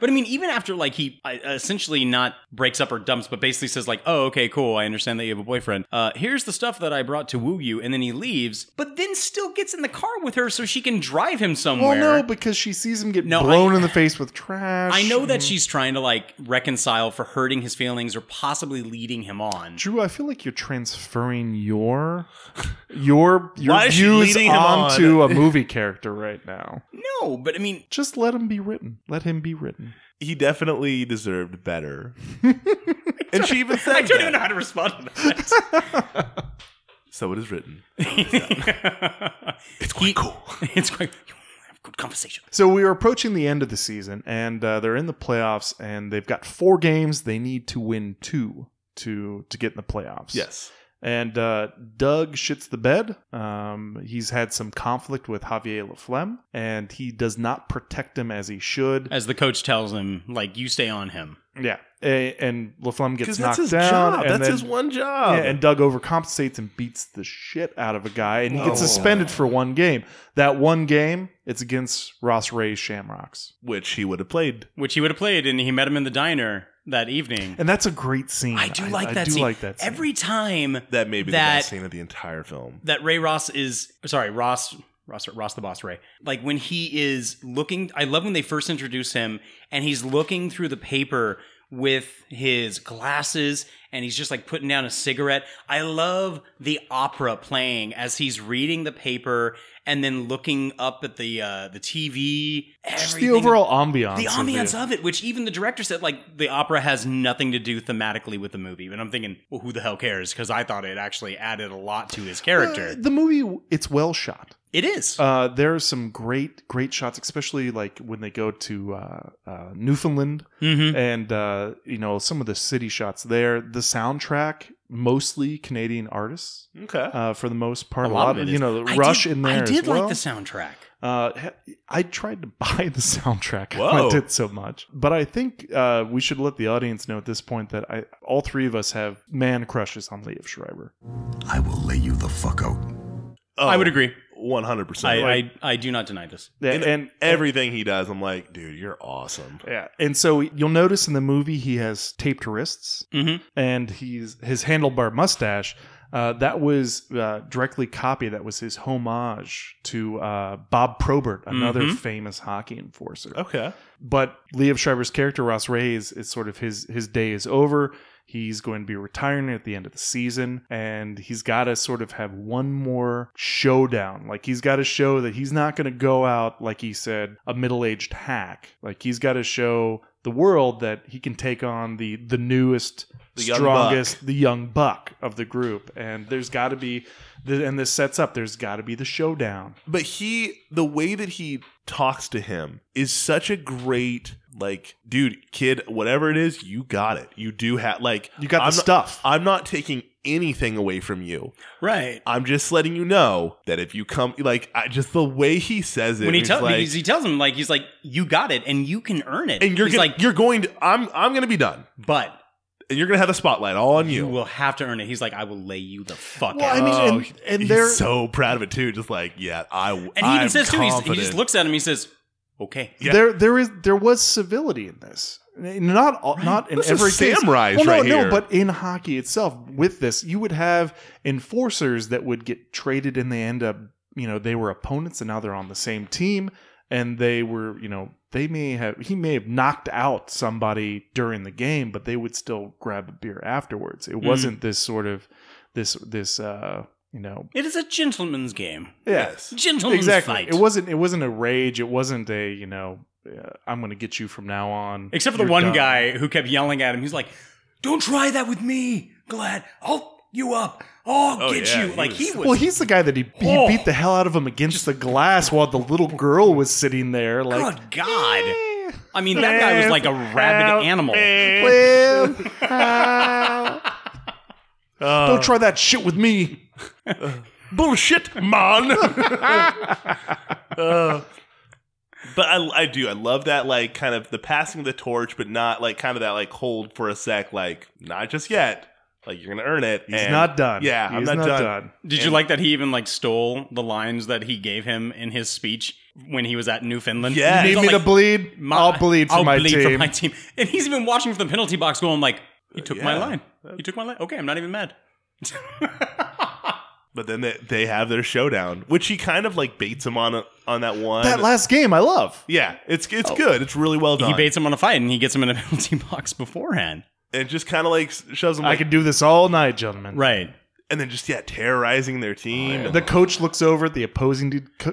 D: But I mean, even after like he uh, essentially not breaks up or dumps, but basically says like, "Oh, okay, cool. I understand that you have a boyfriend. Uh, here's the stuff that I brought to woo you," and then he leaves. But then still gets in the car with her so she can drive him somewhere.
C: Well, no, because she sees him get
D: No,
C: blown
D: I-
C: in the face with trash.
D: I know that she's trying to like reconcile for hurting his feelings or possibly leading him on.
C: Drew, I feel like you're transferring your your your
D: Why is she
C: views
D: leading him
C: onto
D: on?
C: a movie character right now.
D: No, but I mean,
C: just let him be written. Let him be written.
E: He definitely deserved better. and she even said
D: I don't
E: that.
D: even know how to respond to that.
E: So it is written.
D: it's quite cool. It's quite. Have good conversation.
C: So we are approaching the end of the season, and uh, they're in the playoffs, and they've got four games. They need to win two to to get in the playoffs.
E: Yes.
C: And uh, Doug shits the bed. Um, he's had some conflict with Javier Laflemme, and he does not protect him as he should.
D: As the coach tells him, like, you stay on him.
C: Yeah, A- and Laflemme gets
E: 'Cause
C: knocked
E: that's his
C: down.
E: job.
C: and
E: That's
C: then-
E: his one job.
C: Yeah, and Doug overcompensates and beats the shit out of a guy, and he gets
E: Oh.
C: suspended for one game. That one game, it's against Ross Ray's Shamrocks,
E: Which he would have played.
D: Which he would have played, and he met him in the diner that evening.
C: and that's a great scene.
D: I do like
C: I,
D: that
C: do
D: scene.
C: like that scene.
D: Every time
E: That may be the
D: That-
E: best scene of the entire film.
D: that Ray Ross is sorry, Ross Ross Ross the boss Ray. Like when he is looking I love when they first introduce him and he's looking through the paper with his glasses and he's just like putting down a cigarette. I love the opera playing as he's reading the paper and then looking up at the uh the TV.
C: Just the
D: everything-
C: overall ambiance. Uh,
D: the ambiance
C: the-
D: of it, which even the director said, like the opera has nothing to do thematically with the movie. And I'm thinking, well, who the hell cares? Because I thought it actually added a lot to his
C: Uh,
D: character.
C: the movie, it's well shot.
D: it is.
C: Uh, there are some great, great shots, especially like when they go to uh, uh, Newfoundland
D: Mhm.
C: and uh, you know some of the city shots there. The soundtrack, mostly Canadian artists,
E: Okay.
C: uh, for the most part.
D: A
C: A
D: lot
C: lot,
D: of
C: of,
D: it
C: you
D: is.
C: know,
D: I
C: Rush
D: did-
C: in there.
D: I did
C: as
D: like
C: well.
D: the soundtrack.
C: Uh, he- I tried to buy the soundtrack.
E: Whoa.
C: I liked it so much, but I think uh, we should let the audience know at this point that I, all three of us have man crushes on Liev Schreiber.
B: I will lay you the fuck out.
E: Oh,
D: I would agree.
E: 100%.
D: I,
E: Like,
D: I I do not deny this.
C: Yeah,
E: in
C: and
E: everything he does, I'm like, dude, you're awesome.
C: Yeah, and so you'll notice in the movie he has taped wrists,
D: Mhm.
C: and he's his handlebar mustache. Uh, that was uh, directly copy. That was his homage to uh, Bob Probert, another
E: Mhm.
C: famous hockey enforcer.
E: Okay.
C: But Liev Schreiber's character Ross Ray is, is sort of his his day is over. He's going to be retiring at the end of the season, and he's got to sort of have one more showdown. Like he's got to show that he's not going to go out like he said a middle aged hack. Like he's got to show the world that he can take on the the newest,
E: The young
C: strongest, the young buck of the group. And there's got to be, the, and this sets up. There's got to be the showdown.
E: but he the way that he talks to him is such a great like dude kid whatever it is you got it you do have like
C: You got the
E: I'm not-
C: stuff.
E: i'm not taking anything away from you
D: Right.
E: i'm just letting you know that if you come like I, just the way he says it
D: When he
E: he's
D: tells
E: like,
D: he tells him like he's like you got it and you can earn it
E: and you're
D: He's
E: gonna,
D: like
E: you're going to i'm i'm gonna be done
D: but
E: and you're gonna have the spotlight all on you,
D: you will have to earn it. He's like I will lay you the fuck
C: Well,
D: out.
C: I mean,
E: Oh,
C: and, and
E: he's
C: they're
E: so proud of it too just like yeah i
D: and he even says too. He's, he just looks at him. He says okay.
E: Yeah.
C: there there is there was civility in this. Not all, not in
E: This is
C: every case.
E: samurais
C: well, no,
E: right
C: no,
E: here.
C: but in hockey itself, with this, you would have enforcers that would get traded, and they end up, you know, they were opponents, and now they're on the same team, and they were, you know, they may have he may have knocked out somebody during the game, but they would still grab a beer afterwards. It
E: Mm.
D: Mhm.
C: wasn't this sort of this this uh you know
D: It is a gentleman's game.
C: Yes,
D: Gentleman's
C: exactly.
D: fight.
C: It wasn't. It wasn't a rage. It wasn't a you know. Uh, I'm going to get you from now on.
D: Except for the
C: You're
D: one
C: done.
D: guy who kept yelling at him. He's like, Don't try that with me, Glad. I'll you up. I'll
C: Oh,
D: get
C: yeah,
D: you.
C: he
D: Like
C: was-
D: he was.
C: Well, he's the guy that he, he
D: Oh.
C: beat the hell out of him against the glass while the little girl was sitting there. Like,
D: Good God. I mean, that guy was like a rabid animal.
C: Don't
D: Uh.
C: try that shit with me.
E: Bullshit, man. Uh, but I, I do. I love that, like, kind of the passing of the torch, but not like kind of that, like, hold for a sec, like, not just yet. Like, you're going to earn it. He's
C: not done.
E: Yeah,
C: He's
E: I'm not,
C: not
E: done.
C: done.
D: Did you like that he even like stole the lines that he gave him in his speech when he was at Newfoundland?
C: Yeah.
D: He's
C: Need
D: all
C: me to
D: like,
C: bleed?
D: my-
C: I'll bleed for
D: I'll
C: my
D: bleed
C: team.
D: for my team. And he's even watching from the penalty box, going like, "He took my
E: yeah.
D: line. He took my line. Okay, I'm not even mad."
E: But then they, they have their showdown, which he kind of, like, baits him on on that one.
C: That last game, I love.
E: yeah, it's it's good. It's really well done.
D: He baits him on a fight, and he gets him in a penalty box beforehand.
E: and just kind of like shoves them.
C: I
E: Like,
C: could do this all night, gentlemen.
D: Right.
E: and then just yeah, terrorizing their team.
C: The coach looks over at the opposing de- co-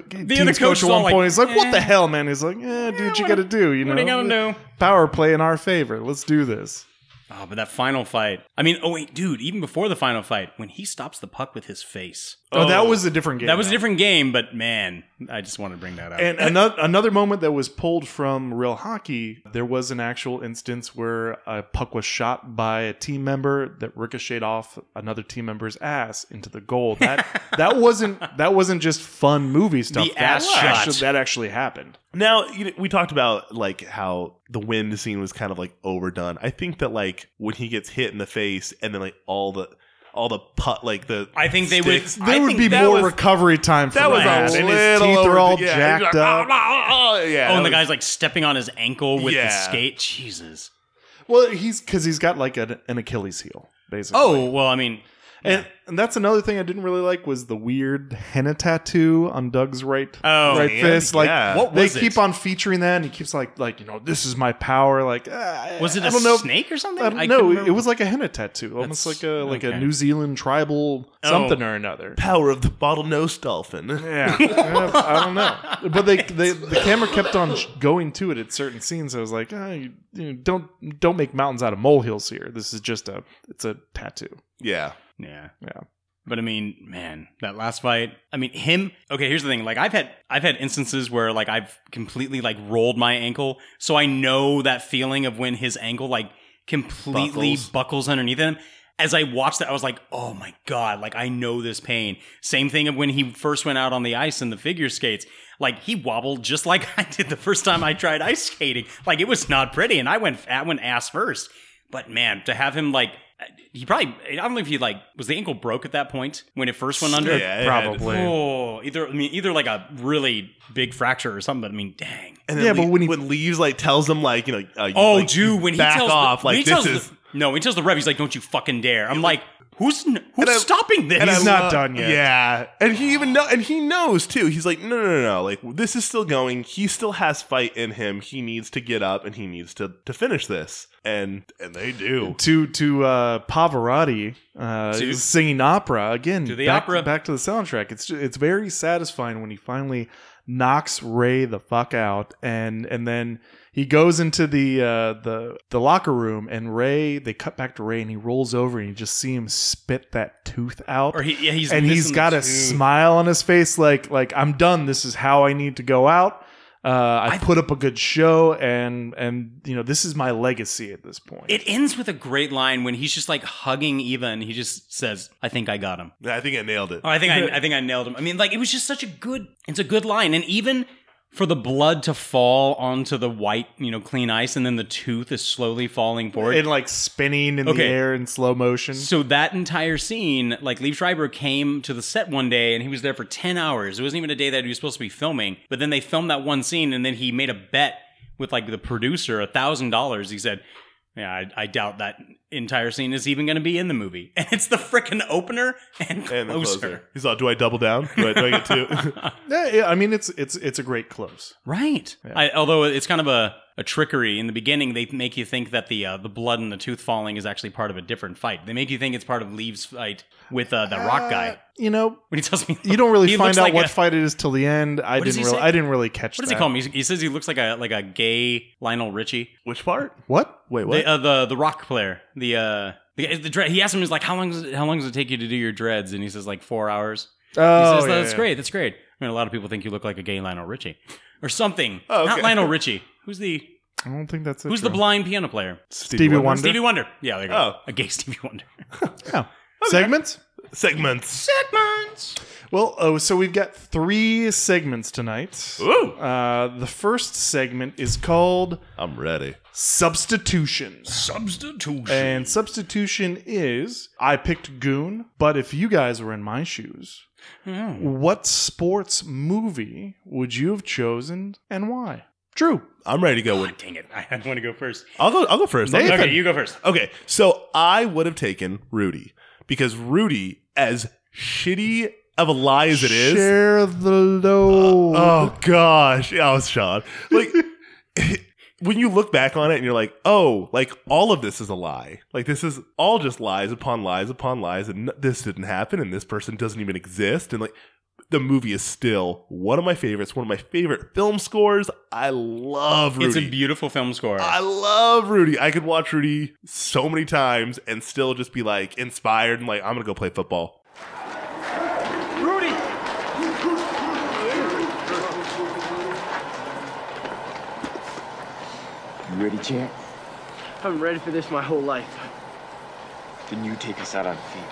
E: coach
C: team's coach
E: is
C: at
E: all
C: one
E: like,
C: point. He's like, "What the
E: eh.
C: hell, man?" He's like, "Yeah, dude, you got to do. You know,
D: what are you gonna do?"
C: Power play in our favor. Let's do this."
D: Oh, but that final fight. I mean, oh wait, dude, even before the final fight, when he stops the puck with his face.
C: Oh, that was a different game,
D: That was a different game, but man, I just wanted to bring that up.
C: And another another moment that was pulled from real hockey, there was an actual instance where a puck was shot by a team member that ricocheted off another team member's ass into the goal. That that wasn't that wasn't just fun movie stuff.
E: The
C: that
E: ass shot.
C: actually, that actually happened.
E: Now you know, we talked about like how the wind scene was kind of like overdone. I think that like when he gets hit in the face and then like all the all the put like the
D: I think they would-
E: sticks-
C: There would be more recovery time for
E: that
C: that.
E: was a
C: and his
E: little
C: teeth
E: over-
C: are all
E: yeah, he's
C: jacked
E: like, "Ah,
C: up.
E: yeah,
D: oh,
E: that
D: and the
E: was-
D: guy's like stepping on his ankle with
E: Yeah.
D: the skate. Jesus.
C: Well, he's because he's got like an, an Achilles heel, basically.
D: Oh well, I mean,
C: and, and that's another thing I didn't really like was the weird henna tattoo on Doug's right
D: Oh,
C: right
D: man.
C: fist. Like
D: Yeah. What
C: they
D: was it?
C: keep on featuring that, and he keeps like like you know this is my power. Like uh,
D: Was it
C: I
D: a
C: don't know if-
D: snake or something?
C: I don't
D: I couldn't
C: know. It
D: remember.
C: was like a henna tattoo, almost like a like
D: okay.
C: a New Zealand tribal
E: Oh.
C: something or another.
E: power of the bottlenose dolphin.
C: Yeah, Yeah, I don't know. But they, they the camera kept on sh- going to it at certain scenes. I was like, oh, you, you know, don't don't make mountains out of molehills here. This is just a it's a tattoo.
E: yeah.
D: Yeah.
C: Yeah.
D: But I mean, man, that last fight. I mean, him. Okay, here's the thing. Like, I've had I've had instances where like I've completely like rolled my ankle, so I know that feeling of when his ankle like completely
E: Buckles.
D: buckles, underneath him. As I watched that, I was like, oh my god, like I know this pain. Same thing of when he first went out on the ice in the figure skates. Like he wobbled just like I did the first time I tried ice skating. Like it was not pretty, and I went I went ass first. But man, to have him like he probably I don't know if he like was the ankle broke at that point when it first went under.
E: Yeah, it had- Probably.
D: Oh, either I mean either like a really big fracture or something. But I mean, dang.
E: And then yeah, but when, he, when Leaves like tells him like you know uh, you,
D: Oh,
E: like,
D: dude, when he
E: back
D: tells
E: off
D: the, when
E: like
D: he
E: this
D: tells
E: is
D: the, no, he tells the ref he's like, "Don't you fucking dare!" I'm like, "Who's n- who's
E: And I-
D: stopping this?"
E: I love- Yeah, and he even know, and he knows too. He's like, no, no, no, no. Like this is still going. He still has fight in him. He needs to get up and he needs to to finish this. And and they do.
C: To to uh, Pavarotti uh,
E: To-
C: singing opera again.
D: To the
C: back,
D: opera.
C: Back to the soundtrack. It's it's very satisfying when he finally knocks Ray the fuck out, and and then he goes into the uh, the the locker room, and Ray they cut back to Ray, and he rolls over, and you just see him spit that tooth out,
D: Or he- yeah, he's
C: and he's
D: missing
C: got
D: the
C: a
D: tooth.
C: smile on his face, like like I'm done. This is how I need to go out. Uh, I put up a good show, and and you know this is my legacy at this point.
D: It ends with a great line when he's just like hugging Eva, and he just says, "I think I got him."
E: I think I nailed it.
D: Oh, I think I, I think I nailed him. I mean, like it was just such a good. It's a good line, and even for the blood to fall onto the white, you know, clean ice, and then the tooth is slowly falling forward.
C: and like spinning in the
D: Okay.
C: air in slow motion.
D: So that entire scene, like Lee Schreiber came to the set one day and he was there for 10 hours. It wasn't even a day that he was supposed to be filming, but then they filmed that one scene and then he made a bet with like the producer, a thousand dollars. He said, yeah, I, I doubt that entire scene is even going to be in the movie. And it's the freaking opener and closer.
E: And the closer. He's like, do I double down? Do I, do I get two?
C: yeah, yeah, I mean it's it's it's a great close.
D: Right. I, although it's kind of a, a trickery in the beginning. They make you think that the uh, the blood and the tooth falling is actually part of a different fight. They make you think it's part of Leaves' fight with uh, the rock guy.
C: You know,
D: when he tells me
C: you don't really
D: He
C: find
D: looks
C: out
D: like
C: what
D: a-
C: fight it is till the end. I
D: What does
C: didn't.
D: he
C: Really,
D: say?
C: I didn't really catch.
D: What does
C: that.
D: he call him? He, he says he looks like a like a gay Lionel Richie.
E: Which part?
C: What?
E: Wait,
D: The, uh, the the rock player. The uh the, the dread. He asks him, he's like, how long does it, how long does it take you to do your dreads? And he says like four hours.
C: Oh,
D: he says,
C: yeah,
D: that's
C: yeah.
D: great. That's great. I mean, a lot of people think you look like a gay Lionel Richie or something.
C: Oh, okay.
D: Not Lionel Richie. Who's the
C: I don't think that's it.
D: who's the
C: though.
D: blind piano player?
C: Stevie Stevie Wonder. Wonder.
D: Stevie Wonder. Yeah, there you go.
C: Oh.
D: A gay Stevie Wonder.
C: segments?
E: Segments.
D: Segments.
C: Well, oh, so we've got three segments tonight.
E: Ooh.
C: Uh, the first segment is called
E: I'm ready.
C: Substitution.
E: Substitution.
C: And substitution is I picked Goon, but if you guys were in my shoes,
D: Hmm.
C: what sports movie would you have chosen and why? True.
E: I'm ready to go with.
D: Ah, Dang it. I want to go first.
E: I'll go. I'll go first. I'll go
D: Okay,
E: first.
D: you go first.
E: Okay, so I would have taken Rudy because Rudy, as shitty of a lie as it is,
C: Share the load.
D: Uh,
E: oh gosh, I was Sean. Like when you look back on it and you're like, oh, like all of this is a lie. Like this is all just lies upon lies upon lies, and n- this didn't happen, and this person doesn't even exist, and like. The movie is still one of my favorites, one of my favorite film scores. I love Rudy.
D: It's a beautiful film score.
E: I love Rudy. I could watch Rudy so many times and still just be like inspired and like, I'm gonna go play football.
H: Rudy!
I: You ready, champ?
F: I've been ready for this my whole life.
I: Then you take us out on feet.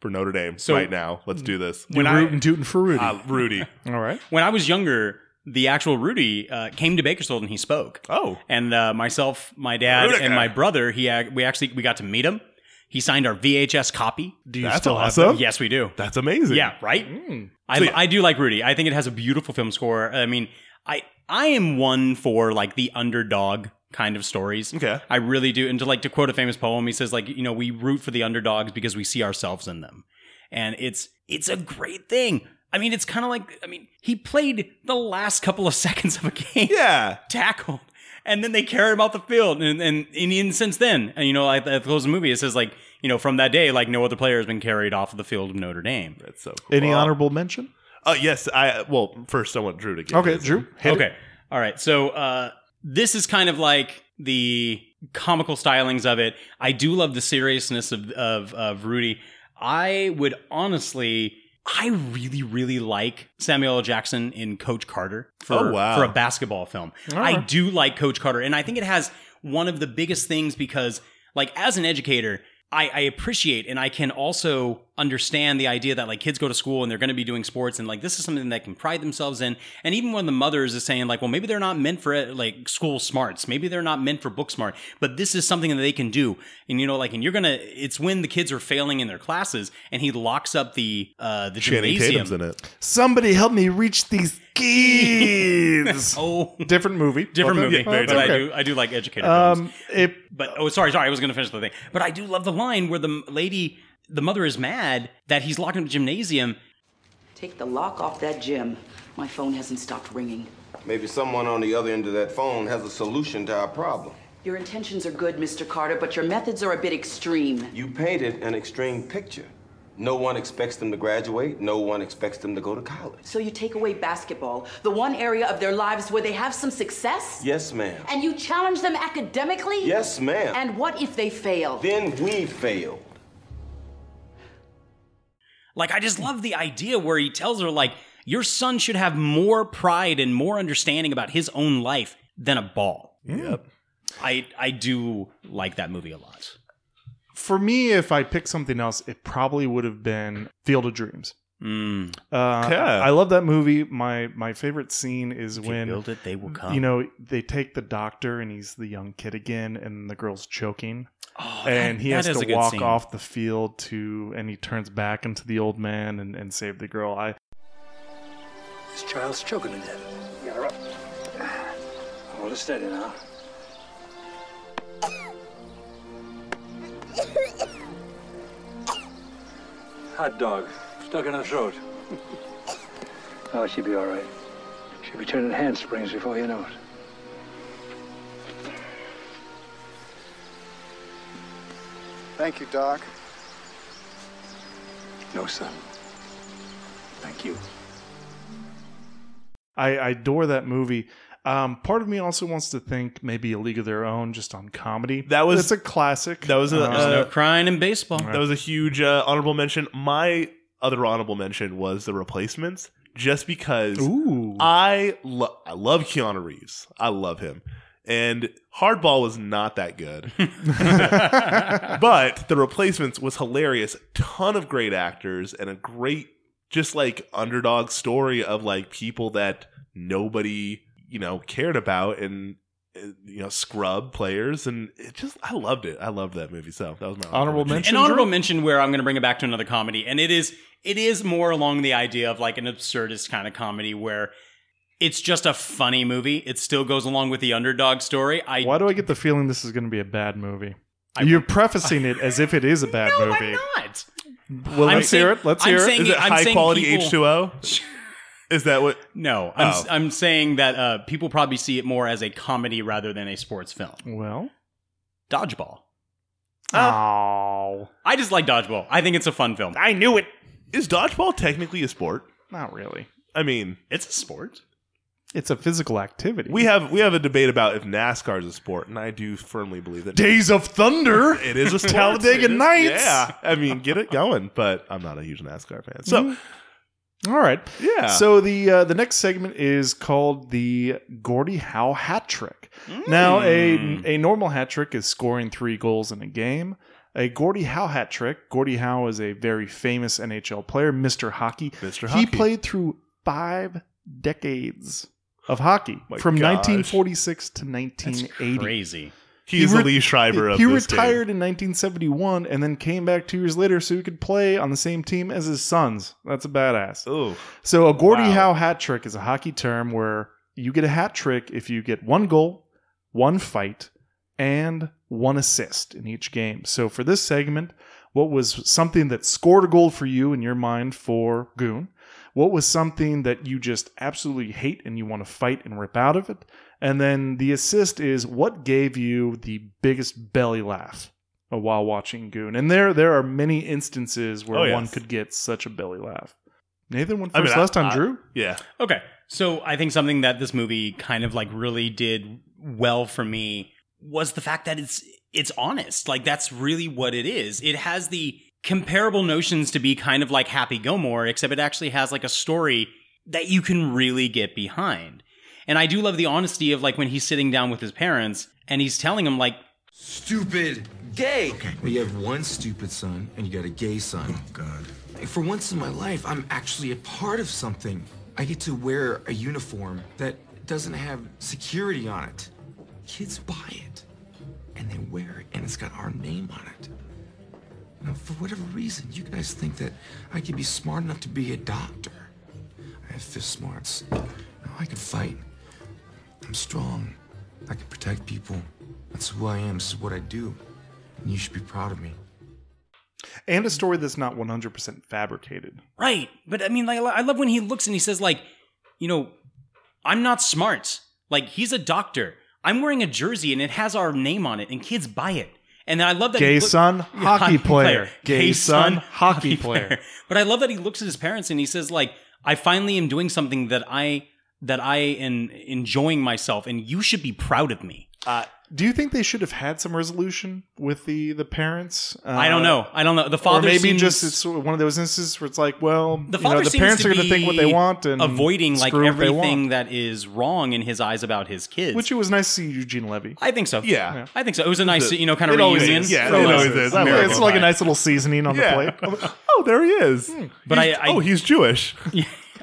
E: For Notre Dame
D: So-
E: right now. Let's do this.
D: When I-
C: Rootin' tootin' for Rudy.
E: Uh, Rudy.
C: All right.
D: When I was younger, the actual Rudy uh, came to Bakersfield and he spoke.
E: Oh,
D: and uh, myself, my dad,
E: Rudiger.
D: and my brother. He ac- we actually we got to meet him. He signed our VHS copy.
C: Do
E: you That's still have that? awesome.
D: Yes, we do.
E: That's amazing.
D: Yeah, right. I,
E: Mm. So, yeah.
D: I do like Rudy. I think it has a beautiful film score. I mean, I I am one for like the underdog kind of stories.
E: Okay.
D: I really do. And to like to quote a famous poem, he says like you know we root for the underdogs because we see ourselves in them, and it's it's a great thing. I mean, it's kind of like I mean he played the last couple of seconds of a game.
E: Yeah.
D: Tackled. And then they carry him out the field, and and, and, and since then, and you know, at, at the close of the movie, it says like, you know, from that day, like no other player has been carried off of the field of Notre Dame.
E: That's so cool.
C: Any honorable mention?
E: Uh, yes, I well, first I want Drew to get
C: Okay,
E: his.
C: Drew. hit it.
D: okay. All right. So uh, this is kind of like the comical stylings of it. I do love the seriousness of, of, of Rudy. I would honestly, I really, really like Samuel L. Jackson in Coach Carter for,
E: Oh, wow.
D: for a basketball film. I
E: right.
D: do like Coach Carter. And I think it has one of the biggest things because, like, as an educator, I, I appreciate and I can also understand the idea that like kids go to school and they're going to be doing sports and like this is something they can pride themselves in. And even when the mothers is saying like, well, maybe they're not meant for it, like school smarts, maybe they're not meant for book smart, but this is something that they can do. And you know, like, and you're gonna, it's when the kids are failing in their classes and he locks up the uh the
E: Channing
D: gymnasium.
E: Tatum's in it.
C: Somebody help me reach these kids.
D: oh,
C: different movie.
D: different
C: Okay.
D: movie,
C: Okay.
D: but I do, I do like educator films.
C: Um, it,
D: But oh, sorry, sorry, I was going to finish the thing. But I do love the line where the m- lady, the mother, is mad that he's locked in the gymnasium.
A: Take the lock off that gym. My phone hasn't stopped ringing.
O: Maybe someone on the other end of that phone has a solution to our problem.
A: Your intentions are good, Mr. Carter, but your methods are a bit extreme.
O: You painted an extreme picture. No one expects them to graduate. No one expects them to go to college.
A: So you take away basketball, the one area of their lives where they have some success,
O: Yes, ma'am.
A: and you challenge them academically?
O: Yes, ma'am.
A: And what if they fail?
O: Then we failed.
D: Like, I just love the idea where he tells her, like, your son should have more pride and more understanding about his own life than a ball.
C: Yep.
D: I I do like that movie a lot.
C: for me, if I picked something else, it probably would have been Field of Dreams.
D: Mm.
C: Uh,
D: Yeah.
C: I love that movie. My my favorite scene is
D: If you
C: when
D: build it, they will come.
C: You know, they take the doctor and he's the young kid again, and the girl's choking,
D: Oh, that-
C: and he
D: that
C: has
D: is a
C: to
D: good
C: walk
D: scene.
C: off the field to, and he turns back into the old man and, and save the girl. I
P: This child's choking to death. Get her up. Hold it steady now. Hot dog. Stuck in her throat. oh, she'll be all right. She'll be turning hand springs before you know it.
M: Thank you, Doc.
P: No, son. Thank you.
C: I, I adore that movie. Um, part of me also wants to think maybe a League of Their Own, just on comedy.
E: That was
C: it's a classic.
E: That was a,
C: Uh,
D: no crying in baseball.
E: That was a huge uh, honorable mention. My other honorable mention was the replacements, just because I lo- I love Keanu Reeves. I love him, and Hardball was not that good, but the replacements was hilarious. Ton of great actors and a great just like underdog story of like people that nobody you know cared about and uh, you know scrub players and it just I loved it. I loved that movie. So that was my
C: Honorable mention,
D: An honorable mention where I'm going to bring it back to another comedy, and it is it is more along the idea of like an absurdist kind of comedy where it's just a funny movie. It still goes along with the underdog story. I
C: Why do I get the feeling this is going to be a bad movie? You're prefacing it as if it is a bad movie.
D: not.
C: Well,
D: I'm
C: let's
D: saying-
C: hear it. Let's
D: I'm
C: hear it.
D: saying-
E: Is it
D: I'm
E: high
D: saying
E: quality
D: people-
E: H2O? Is that what?
D: No, I'm,
E: Oh.
D: I'm saying that uh, people probably see it more as a comedy rather than a sports film.
C: Well,
D: Dodgeball.
C: Oh,
D: I just like Dodgeball. I think it's a fun film.
C: I knew it.
E: Is dodgeball technically a sport?
C: Not really.
E: I mean,
D: it's a sport.
C: It's a physical activity.
E: We have we have a debate about if NASCAR is a sport, and I do firmly believe that
C: Days of Thunder.
E: it is a sport.
C: Talladega
E: It is-
C: Nights.
E: Yeah, I mean, get it going. But I'm not a huge NASCAR fan, so
C: Mhm. All right.
E: Yeah.
C: So the uh, the next segment is called the Gordie Howe hat trick.
E: Mm.
C: Now a a normal hat trick is scoring three goals in a game. A Gordie Howe hat trick. Gordie Howe is a very famous NHL player, Mr. Hockey. Mr. He
E: Hockey.
C: played through five decades of hockey
E: My
C: from
E: gosh.
C: 1946 to 1980.
D: Crazy.
E: He is the
C: re-
E: Lee Schreiber of
C: He
E: this game.
C: retired in 1971 and then came back two years later so he could play on the same team as his sons. That's a badass.
E: Ooh.
C: So a Gordie Howe hat trick is a hockey term where you get a hat trick if you get one goal, one fight, and one assist in each game. So for this segment, what was something that scored a goal for you in your mind for Goon? What was something that you just absolutely hate and you want to fight and rip out of it? And then the assist is what gave you the biggest belly laugh while watching Goon. And there there are many instances where
E: Oh, yes.
C: one could get such a belly laugh. Nathan went
E: I
C: first
E: mean, I-
C: last time,
E: I-
C: Drew.
E: Yeah.
D: Okay. So I think something that this movie kind of like really did well for me was the fact that it's it's honest. Like that's really what it is. It has the comparable notions to be kind of like Happy Gilmore, except it actually has like a story that you can really get behind. And I do love the honesty of like when he's sitting down with his parents and he's telling them like
Q: Stupid. Gay. Okay. Well, you have one stupid son and you got a gay son. Oh, God. For once in my life, I'm actually a part of something. I get to wear a uniform that doesn't have security on it. Kids buy it and they wear it, and it's got our name on it. Now, for whatever reason, you guys think that I could be smart enough to be a doctor. I have fist smarts. Now, I can fight. I'm strong. I can protect people. That's who I am. This is what I do. And you should be proud of me.
C: And a story that's not 100% fabricated.
D: Right. But I mean, like, I love when he looks and he says, like, you know, I'm not smart. Like, he's a doctor. I'm wearing a jersey and it has our name on it and kids buy it. And I love that
C: Gay
D: he look-
C: son,
D: Yeah,
C: hockey player. Gay son, hockey player.
D: But I love that he looks at his parents and he says, like, I finally am doing something that I that I am enjoying myself and you should be proud of me.
C: Uh, do you think they should have had some resolution with the the parents? Uh,
D: I don't know. I don't know. The father
C: or maybe
D: seems-
C: just it's one of those instances where it's like, well, you
D: the
C: know, the,
D: father seems
C: parents
D: to
C: are going to think what
D: be
C: they want and
D: avoiding like
C: screw what they want.
D: everything that is wrong in his eyes about his kids.
C: Which it was nice to see Eugene Levy.
D: I think so.
C: Yeah. Yeah.
D: I think so. It was a nice,
C: The-
D: you know, kind of
C: it always
D: reunion.
C: is. Yeah,
D: from
C: Oh, it
D: us.
C: always is. I love It's it. like a nice little seasoning on the
E: Yeah.
C: plate.
E: oh, there he is.
D: But I,
E: He's-
D: I,
E: oh, he's Jewish.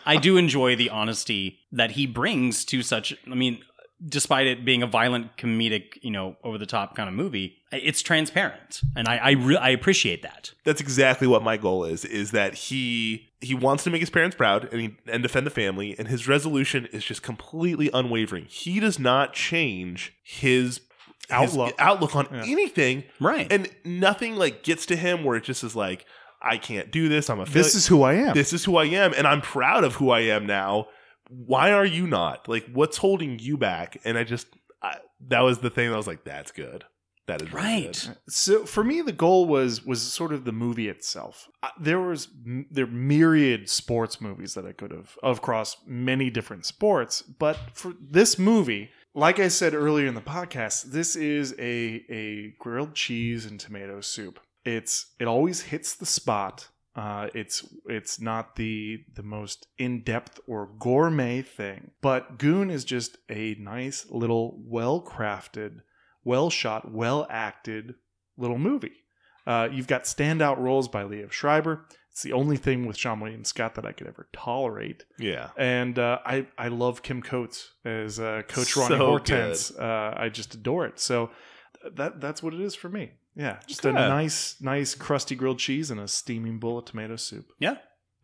D: I do enjoy the honesty that he brings to such. I mean, despite it being a violent, comedic, you know, over the top kind of movie, it's transparent, and I I, re- I appreciate that.
E: That's exactly what my goal is. Is that he he wants to make his parents proud and he, and defend the family, and his resolution is just completely unwavering. He does not change his his
C: Outlook.
E: outlook on anything,
D: right?
E: And nothing like gets to him where it just is like, I can't do this. I'm a
C: This is who I am.
E: This is who I am, and I'm proud of who I am now. Why are you not? Like, what's holding you back? And I just I, that was the thing. that I was like, that's good. That is
D: right.
C: So for me, the goal was was sort of the movie itself. Uh, There was m- there myriad sports movies that I could have of across many different sports, but for this movie, like I said earlier in the podcast, this is a a grilled cheese and tomato soup. It's it always hits the spot. Uh, it's it's not the the most in depth or gourmet thing, but Goon is just a nice little well crafted well shot, well acted little movie. Uh, you've got standout roles by Liev Schreiber. It's the only thing with Sean William Scott that I could ever tolerate.
E: Yeah.
C: And uh, I, I love Kim Coates as uh, Coach Ronnie
E: So
C: Hortense. Uh, I just adore it. So that that's what it is for me. Yeah, just a
E: Okay.
C: nice, nice crusty grilled cheese and a steaming bowl of tomato soup.
D: Yeah.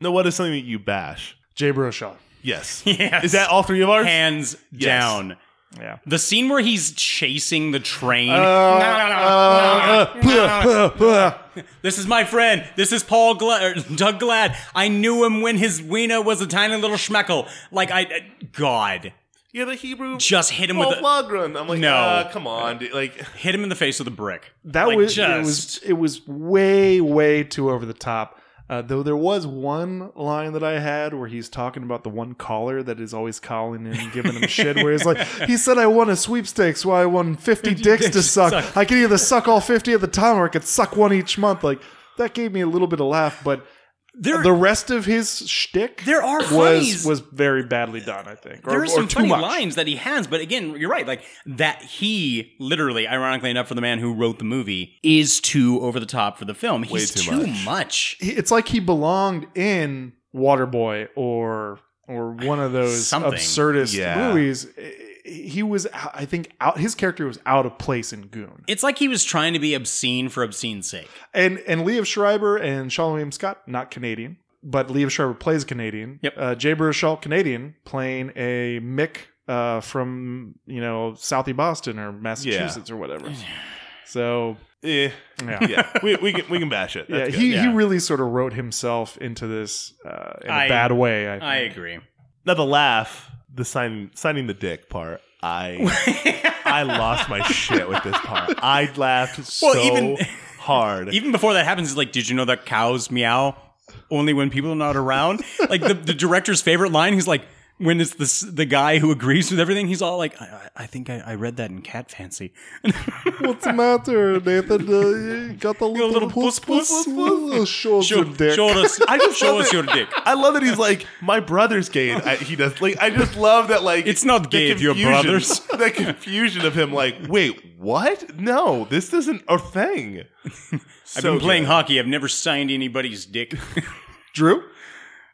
E: No, what is something that you bash?
C: Jay Broshaw.
E: Yes.
D: Yes.
E: Is that all three of ours?
D: Hands
E: Yes.
D: down.
C: Yeah. Uh,
D: The scene where he's chasing the train.
E: Uh,
D: This is my friend. This is Paul Glad, or Doug Glad. I knew him when his wiener was a tiny little schmeckle. Like I, I- God,
E: You're the Hebrew.
D: Just hit him with
E: Paul
D: a-
E: Logren. I'm like,
D: No.
E: uh, come on, dude. Like,
D: hit him in the face with a brick.
C: That
D: Like,
C: was
D: just-
C: it was it was way way too over the top. Uh, though there was one line that I had where he's talking about the one caller that is always calling in and giving him shit. Where he's like, he said I won a sweepstakes, where I won fifty dicks to suck. I could either suck all fifty at the time, or I could suck one each month. Like that gave me a little bit of laugh, but. the rest of his shtick
D: There are
C: was
D: funnies.
C: was very badly done, I think. Or,
D: there are some
C: or too
D: funny
C: much.
D: lines that he has, but again, you're right. Like that, he literally, ironically enough, for the man who wrote the movie, is too over the top for the film. He's
C: too
D: too
C: much.
D: much.
C: he- it's like he belonged in Waterboy or or one of those
D: Something.
C: absurdist
D: Yeah.
C: movies. He was, I think, out. His character was out of place in Goon,
D: It's like he was trying to be obscene for obscene's sake.
C: and and Liev Schreiber and Sean William Scott, not Canadian, but Liev Schreiber plays Canadian. Yep. Uh, Jay Baruchel, Canadian, playing a Mick uh, from you know Southie Boston or Massachusetts or whatever. So
E: eh.
C: Yeah.
E: yeah, We, we can we can bash it. That's
C: yeah,
E: good.
C: he, he really sort of wrote himself into this uh, in a
E: I-
C: bad way. I,
D: I agree.
E: Now the laugh, the signing signing the dick part. I I lost my shit with this part. I laughed so
D: even-
E: hard.
D: Even before that happens, it's like, did you know that cows meow only when people are not around? like the, the director's favorite line, he's like, when it's the s- the guy who agrees with everything, he's all like, I, I I think I, I read that in Cat Fancy.
C: What's the matter, Nathan? Uh, you got the little, puss puss puss? puss? Show us your dick.
D: Show us,
E: I just
D: show
E: love
D: us
E: it.
D: your dick.
E: I love that he's like my brother's gay. And I, he does like I just love that like it's not
D: gay if you're brothers.
E: that confusion of him like wait what? No, this isn't a thing.
D: I've
E: So
D: been playing
E: good.
D: hockey. I've never signed anybody's dick.
C: Drew?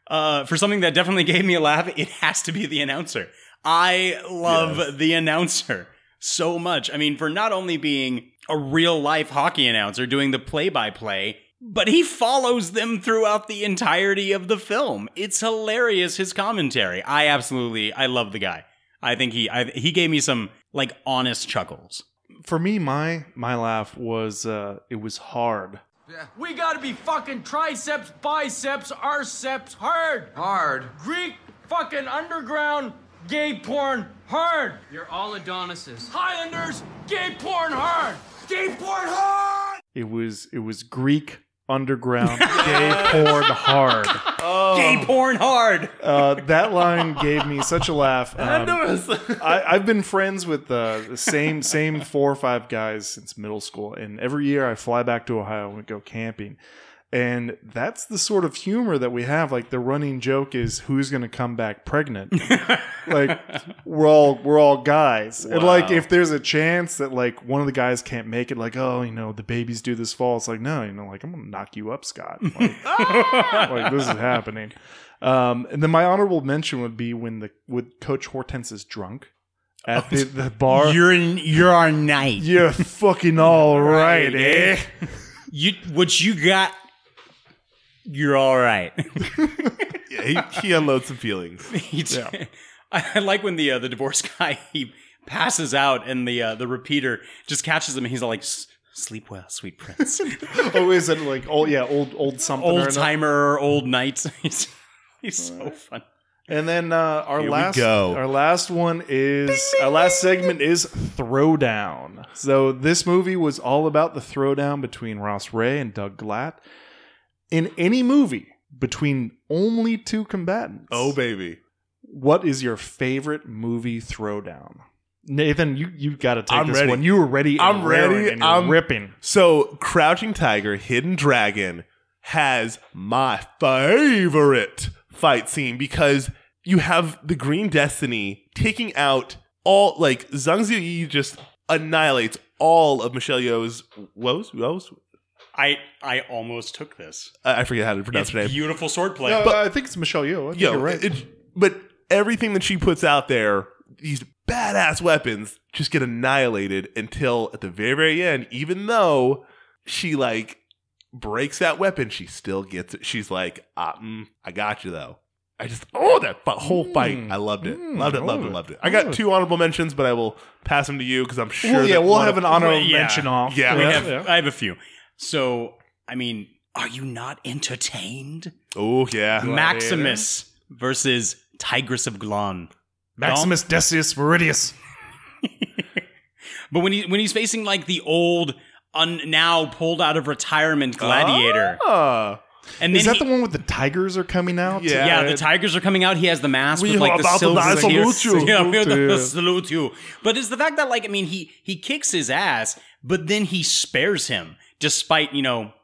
D: Uh, for something that definitely gave me a laugh, it has to be the announcer. I love the announcer so much. I mean, for not only being a real life hockey announcer doing the play by play, but he follows them throughout the entirety of the film. It's hilarious his commentary. I absolutely I love the guy. I think he I, he gave me some like honest chuckles.
C: For me, my my laugh was uh, it was hard.
R: We gotta be fucking triceps, biceps, arceps, hard. Hard. Greek fucking underground gay porn hard. You're all Adonises. Highlanders, gay porn hard. Gay porn hard.
C: It was it was Greek underground gay porn hard.
D: Gay porn hard.
C: Uh, that line gave me such a laugh. um,
E: I noticed.
C: I, I've been friends with uh, the same same four or five guys since middle school, and every year I fly back to Ohio and we go camping. And that's the sort of humor that we have. Like the running joke is who's going to come back pregnant. like we're all we're all guys, and like
E: Wow.
C: if there's a chance that like one of the guys can't make it, like oh you know the babies do this fall. It's like no, you know like I'm going to knock you up, Scott. Like, like this is happening. Um, and then my honorable mention would be when the when Coach Hortense is drunk at the, the bar.
D: You're in, you're our knight.
C: You're fucking all right, eh?
D: You what you got? You're all right.
E: Yeah, he, he unloads some feelings.
D: Yeah. I like when the uh, the divorce guy he passes out and the uh, the repeater just catches him. and He's all like, "S- "Sleep well, sweet prince."
C: oh, is it like old? Yeah, old old something. or
D: old
C: another?
D: timer, old knight. he's, he's so fun.
C: And then uh, our
E: Here we
C: last
E: go.
C: our last one is our last segment is Throwdown. So this movie was all about the throwdown between Ross Ray and Doug Glatt. In any movie between only two combatants.
E: Oh baby.
C: What is your favorite movie throwdown? Nathan, you you got to take
E: I'm
C: this
E: ready.
C: one. You were ready. And
E: I'm
C: raring
E: ready.
C: And you're
E: I'm
C: ripping.
E: So, Crouching Tiger, Hidden Dragon has my favorite fight scene because you have the Green Destiny taking out all like Zhang Ziyi just annihilates all of Michelle Yeoh's woes. Woes.
D: I I almost took this.
E: I I forget how to pronounce
D: It's
E: her name.
D: beautiful swordplay.
C: No, I think it's Michelle Yeoh. I think
E: Yo,
C: you're right.
E: it- but everything that she puts out there, these badass weapons just get annihilated until at the very, very end, even though she like breaks that weapon, she still gets it. She's like, ah, mm, I got you though. I just, oh, that fu- whole
C: Mm,
E: fight. I loved it. loved it, loved it, loved it. I got two honorable mentions, but I will pass them to you because I'm sure.
C: Well, yeah,
E: that
C: we'll
E: one
C: have
E: of-
C: an honorable Well, yeah. mention off.
E: Yeah.
D: We have- I have a few. So I mean, are you not entertained?
E: Oh yeah,
D: Maximus versus Tigress of Glon.
C: Maximus Decius Meridius.
D: But when he when he's facing like the old, un, now pulled out of retirement gladiator, and
C: Ah.
D: then
C: is that the one with the tigers are coming out?
D: yeah, the tigers are coming out. He has the mask
C: We
D: with
C: are
D: like the
C: about to
D: silver.
C: die,
D: tears.
C: salute you.
D: Yeah, we are about to
C: Yeah.
D: salute you. But it's the fact that like I mean he he kicks his ass, but then he spares him despite you know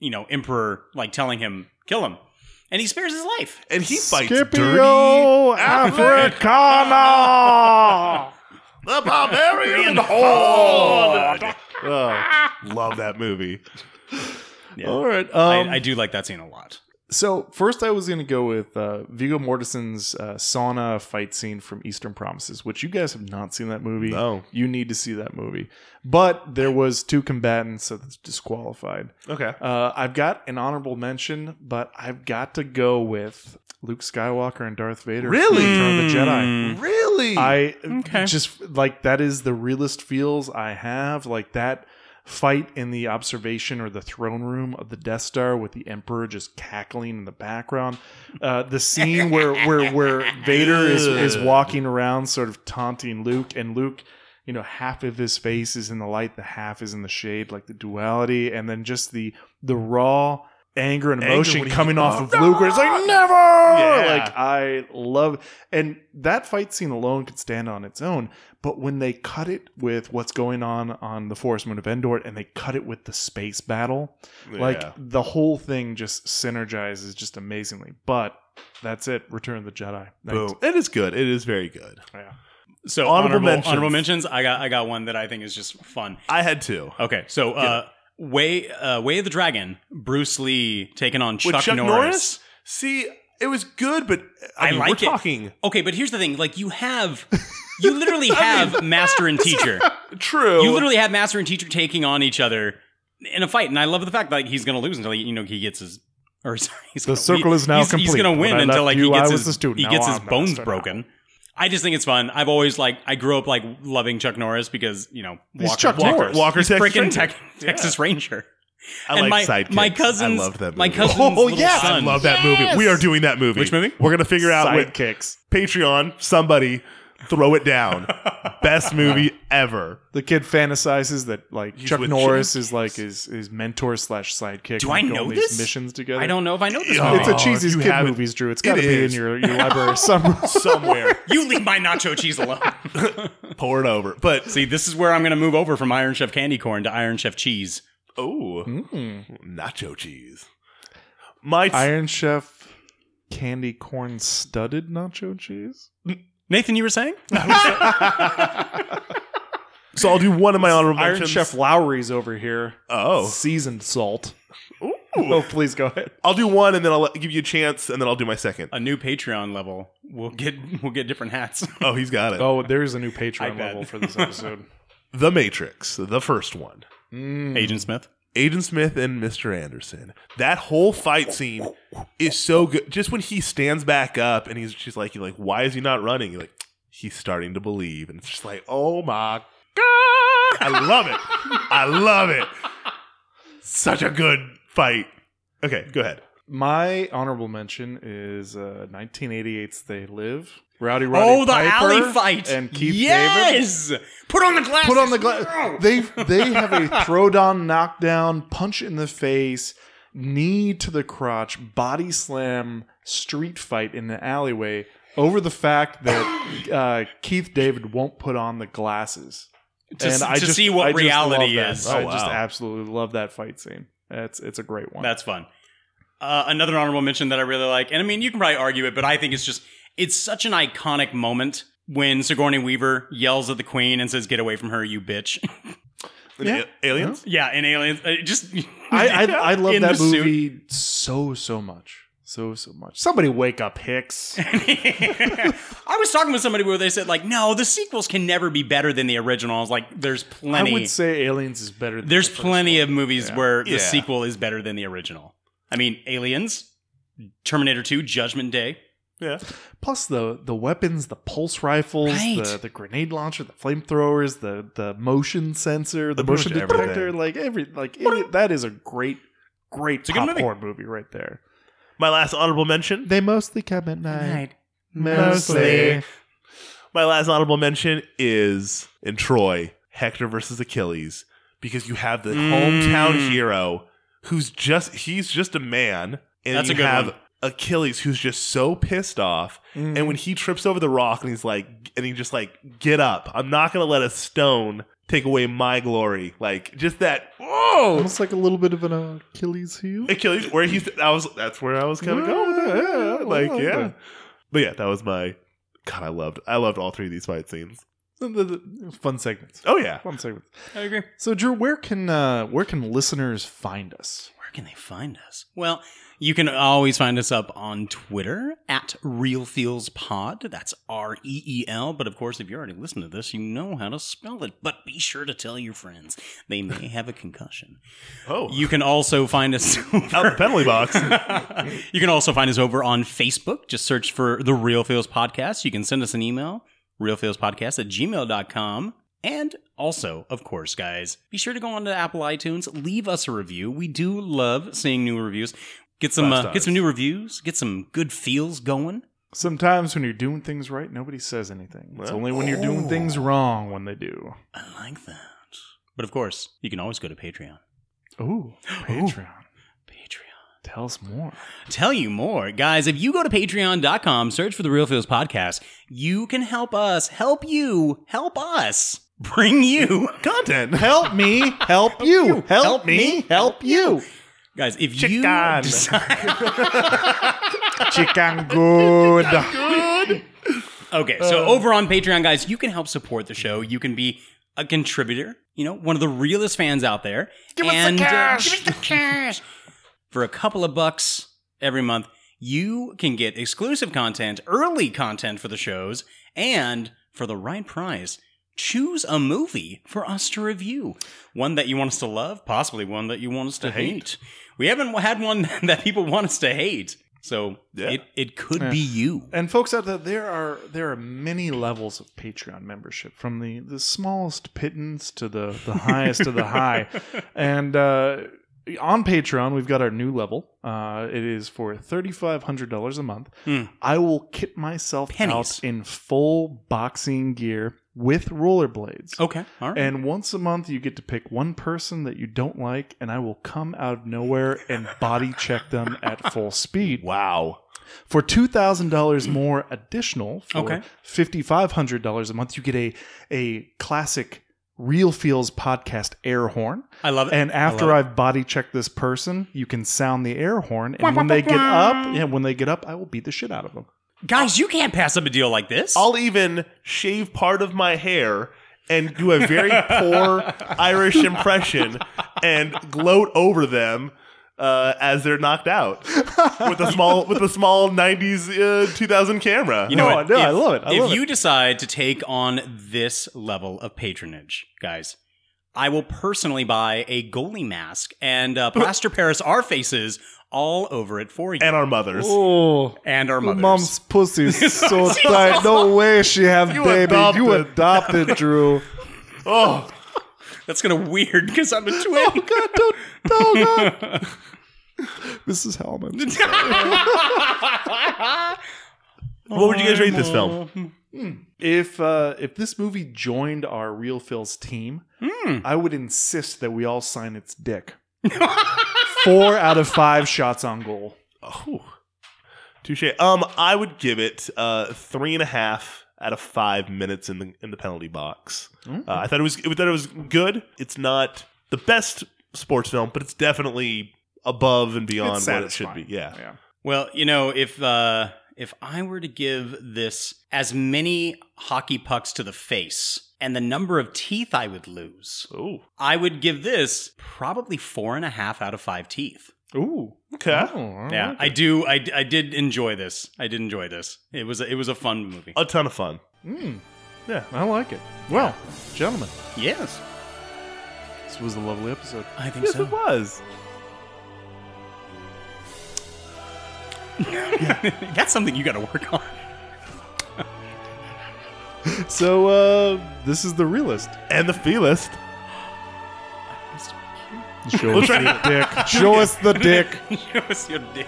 D: you know Emperor like telling him kill him, and he spares his life.
E: And he fights
C: Scipio Africana.
E: the barbarian horde. Oh, love that movie. All right. um,
D: I, I do like that scene a lot.
C: So first, I was going to go with uh, Viggo Mortensen's uh, sauna fight scene from Eastern Promises, which you guys have not seen that movie.
E: No.
C: you need to see that movie. But there was two combatants that's disqualified.
E: Okay.
C: uh, I've got an honorable mention, but I've got to go with Luke Skywalker and Darth Vader. from
E: Really? Hmm.
C: Return of the Jedi.
E: Really?
C: I just like that is the realest feels I have. Like that fight in the observation or the throne room of the Death Star with the Emperor just cackling in the background. Uh, the scene where where where Vader is is walking around, sort of taunting Luke, and Luke. You know, half of his face is in the light, the half is in the shade, like the duality, and then just the the raw anger and
E: Anger
C: emotion
E: when he-
C: coming off
E: Oh,
C: of Luke. Where it's like, never.
E: Yeah.
C: Like I love and that fight scene alone could stand on its own, but when they cut it with what's going on on the forest moon of Endor and they cut it with the space battle, like
E: Yeah.
C: the whole thing just synergizes just amazingly. But that's it. Return of the Jedi. Thanks.
E: Boom. It is good. It is very good.
C: Yeah.
D: So honorable
E: Honorable
D: honorable mentions.
E: mentions.
D: I got I got one that I think is just fun.
E: I had two.
D: Okay, so uh, way uh, way of the dragon, Bruce Lee taking on Chuck,
E: With Chuck
D: Norris.
E: Norris? See, it was good, but I,
D: I,
E: mean,
D: like
E: we're
D: it.
E: talking.
D: Okay, but here's the thing: like you have, you literally have master and teacher.
E: True.
D: You literally have master and teacher taking on each other in a fight, and I love the fact like he's gonna lose until he, you know he gets his. Or sorry, he's
C: The
D: gonna-
C: circle is now
D: he's, He's
C: complete.
D: gonna win
C: When I
D: until
C: left
D: like he
C: you, I
D: gets
C: was
D: his
C: the student.
D: he
C: Now
D: gets his
C: I'm
D: bones
C: master now.
D: broken. I just think it's fun. I've always like I grew up like loving Chuck Norris because you know
E: He's
D: Walker,
E: Chuck
D: Walker,
E: Norris. Walker,
D: he's
E: Texas
D: frickin'
E: Ranger.
D: Tex- Texas Ranger.
E: I
D: and
E: like
D: my,
E: sidekicks.
D: My cousins,
E: I love that movie.
D: My cousins,
E: Oh,
D: little
E: yes.
D: son.
E: I love that movie. We are doing that movie.
D: Which movie?
E: We're going to figure out what
C: Sidekicks.
E: Patreon, somebody, throw it down. Best movie ever.
C: The kid fantasizes that like
E: He's
C: Chuck
E: with
C: Norris is like his his mentor slash sidekick.
D: Do
C: and
D: I
C: they go on
D: know
C: these
D: this?
C: Missions together.
D: I don't know if I know this.
E: Yeah.
D: Movie.
C: It's a cheesy
E: Oh, if you
C: kid
E: haven't-
C: movies, Drew. It's
E: It
C: got to be in
E: is.
C: your, your library somewhere.
E: Somewhere.
D: you leave my nacho cheese alone.
E: Pour it over. But
D: see, this is where I'm going to move over from Iron Chef candy corn to Iron Chef cheese.
E: Oh, nacho cheese. My
C: Iron Chef candy corn studded nacho cheese.
D: Nathan, you were saying?
E: So I'll do one of my honorable
C: Iron
E: mentions.
C: Chef Lowry's over here.
E: Oh.
C: seasoned salt. Oh, please go ahead.
E: I'll do one and then I'll let- give you a chance and then I'll do my second.
D: A new Patreon level. We'll get we'll get different hats.
E: Oh, he's got it.
C: Oh, there is a new
D: I
C: Patreon
D: bet.
C: level for this episode.
E: The Matrix, the first one.
C: Hmm.
D: Agent Smith.
E: Agent Smith and Mr. Anderson. That whole fight scene is so good. Just when he stands back up and he's she's like, you're like, why is he not running? You're like, he's starting to believe. And it's just like, oh my God. I love it. I love it. Such a good fight. Okay, go ahead.
C: My honorable mention is uh, 1988's "They Live." Rowdy Roddy
D: Oh, the
C: Piper
D: alley fight.
C: and Keith
D: yes!
C: David.
D: Put on the glasses.
C: Put on the glass.
D: No!
C: They they have a throwdown, knockdown, punch in the face, knee to the crotch, body slam, street fight in the alleyway over the fact that uh, Keith David won't put on the glasses.
D: To s- to see what
C: love
D: reality
C: that.
D: is.
C: I
D: Oh,
C: just
D: wow.
C: absolutely love that fight scene. It's it's a great one.
D: That's fun. Uh, another honorable mention that I really like, and I mean, you can probably argue it, but I think it's just it's such an iconic moment when Sigourney Weaver yells at the Queen and says, "Get away from her, you bitch!"
E: Yeah. A- Aliens?
D: yeah, in aliens, uh, just
C: I I, I love
D: in
C: that
D: the suit.
C: movie so so much, so so much. Somebody wake up Hicks.
D: I was talking with somebody where they said like, "No, the sequels can never be better than the original." I was like, "There's plenty."
C: I would say Aliens is better. than
D: There's
C: the first
D: plenty of movies where
C: Yeah.
D: the sequel is better than the original. I mean, Aliens, Terminator 2, Judgment Day.
E: Yeah.
C: Plus the the weapons, the pulse rifles,
D: Right.
C: the, the grenade launcher, the flamethrowers, the the motion sensor, the,
E: Pretty
C: motion
E: much everything.
C: detector, like every like it, that is a great great
E: a good movie.
C: popcorn movie. right there.
E: My last honorable mention.
C: They mostly come at night.
E: Mostly. My last honorable mention is in Troy, Hector versus Achilles, because you have the
D: Mm.
E: hometown hero who's just he's just a man, and
D: That's
E: you
D: a good
E: have
D: one.
E: Achilles who's just so pissed off,
D: Mm.
E: and when he trips over the rock and he's like, and he just like, get up! I'm not gonna let a stone take away my glory. Like just that. Whoa!
C: Almost like a little bit of an Achilles heel.
E: Achilles, where he's I was that's where I was kind of going with it. Yeah, like
C: Yeah.
E: yeah. But yeah, that was my God, I loved I loved all three of these fight scenes.
C: Fun segments.
E: Oh yeah.
C: Fun segments.
D: I agree.
C: So Drew, where can uh where can listeners find us?
D: Where can they find us? Well, you can always find us up on Twitter at Real Feels Pod. That's R E E L. But of course, if you already listened to this, you know how to spell it. But be sure to tell your friends. They may have a concussion.
E: Oh.
D: You can also find us out the
E: penalty box.
D: you can also find us over on Facebook. Just search for The Real Feels Podcast. You can send us an email, realfeelspodcast at gmail.com. And also, of course, guys, be sure to go on to Apple iTunes, leave us a review. We do love seeing new reviews. Get some
C: Five
D: uh,
C: stars.
D: get some new reviews, get some good feels going.
C: Sometimes when you're doing things right, nobody says anything. It's
D: Well-
C: only when you're doing
D: Oh.
C: things wrong when they do.
D: I like that. But of course, you can always go to Patreon.
C: Ooh, Patreon. Tell us more.
D: Tell you more. Guys, if you go to patreon.com, search for the Real Feels Podcast, you can help us, help you, help us bring you
E: content.
C: Help me, help you, help, me, help you.
D: Guys, if you
C: Chicken.
D: decide-
C: Chicken good.
D: Okay, so
C: Uh,
D: over on Patreon, guys, you can help support the show. You can be a contributor, you know, one of the realest fans out there.
H: Give us the
D: uh,
H: cash.
D: give us the cash. For a couple of bucks every month, you can get exclusive content, early content for the shows, and for the right price, choose a movie for us to review. One that you want us to love, possibly one that you want us to hate. We haven't had one that people want us to hate. So it, it could
C: Yeah.
D: be you.
C: And folks out there, there are there are many levels of Patreon membership, from the the smallest pittance to the the highest of the high. And uh, on Patreon, we've got our new level. Uh, it is for thirty five hundred dollars a month.
D: Hmm.
C: I will kit myself
D: Pennies.
C: out in full boxing gear with rollerblades.
D: Okay, all right.
C: And once a month, you get to pick one person that you don't like, and I will come out of nowhere and body check them at full speed.
E: Wow.
C: For two thousand dollars more additional, for
D: Okay.
C: fifty five hundred dollars a month, you get a a classic Real Feels podcast air horn.
D: I love it.
C: And
D: I love
C: after
D: it.
C: I've body checked this person, you can sound the air horn,
D: Wah,
C: and when
D: wah,
C: they
D: wah,
C: get
D: wah.
C: up, yeah, when they get up, I will beat the shit out of them.
D: Guys, you can't pass up a deal like this.
E: I'll even shave part of my hair and do a very poor Irish impression and gloat over them uh, as they're knocked out with a small with a small '90s uh, 2000 camera.
D: You know what?
E: No,
D: If-
E: I love it. I
D: if
E: love
D: you
E: it.
D: decide to take on this level of patronage, guys, I will personally buy a goalie mask and uh, plaster Paris our faces all over it for you and
E: our mothers.
C: Oh,
D: and our mothers.
C: Mom's pussy is so tight. No way she have
D: You
C: baby. You
D: adopted.
C: adopted, Drew.
D: Oh, that's gonna weird because I'm a twin. Oh God,
C: don't, Mrs. Hellman.
E: What would you guys rate this film?
C: If uh, if this movie joined our Real Phil's team,
D: Hmm.
C: I would insist that we all sign its dick. Four out of five shots on goal.
E: Oh, touche. Um, I would give it uh three and a half out of five minutes in the in the penalty box.
C: Mm.
E: Uh, I thought it was I thought it was good. It's not the best sports film, but it's definitely above and beyond
D: It's
E: what it should be.
D: satisfying.
E: Yeah.
D: Well, you know, if uh, if I were to give this as many hockey pucks to the face and the number of teeth I would lose,
E: Ooh.
D: I would give this probably four and a half out of five teeth.
C: Ooh.
E: Okay.
D: yeah, I do. I, I did enjoy this. I did enjoy this. It was a, it was a fun movie.
E: A ton of fun.
C: Mm. Yeah, I like it. Well, gentlemen.
D: Yes.
C: This was a lovely episode.
D: I think
E: Yes,
D: so.
E: it was.
D: That's something you got to work on.
C: So uh, this is the realist
E: and the feelist.
C: Show us the dick. Show us the dick.
D: Show us your dick.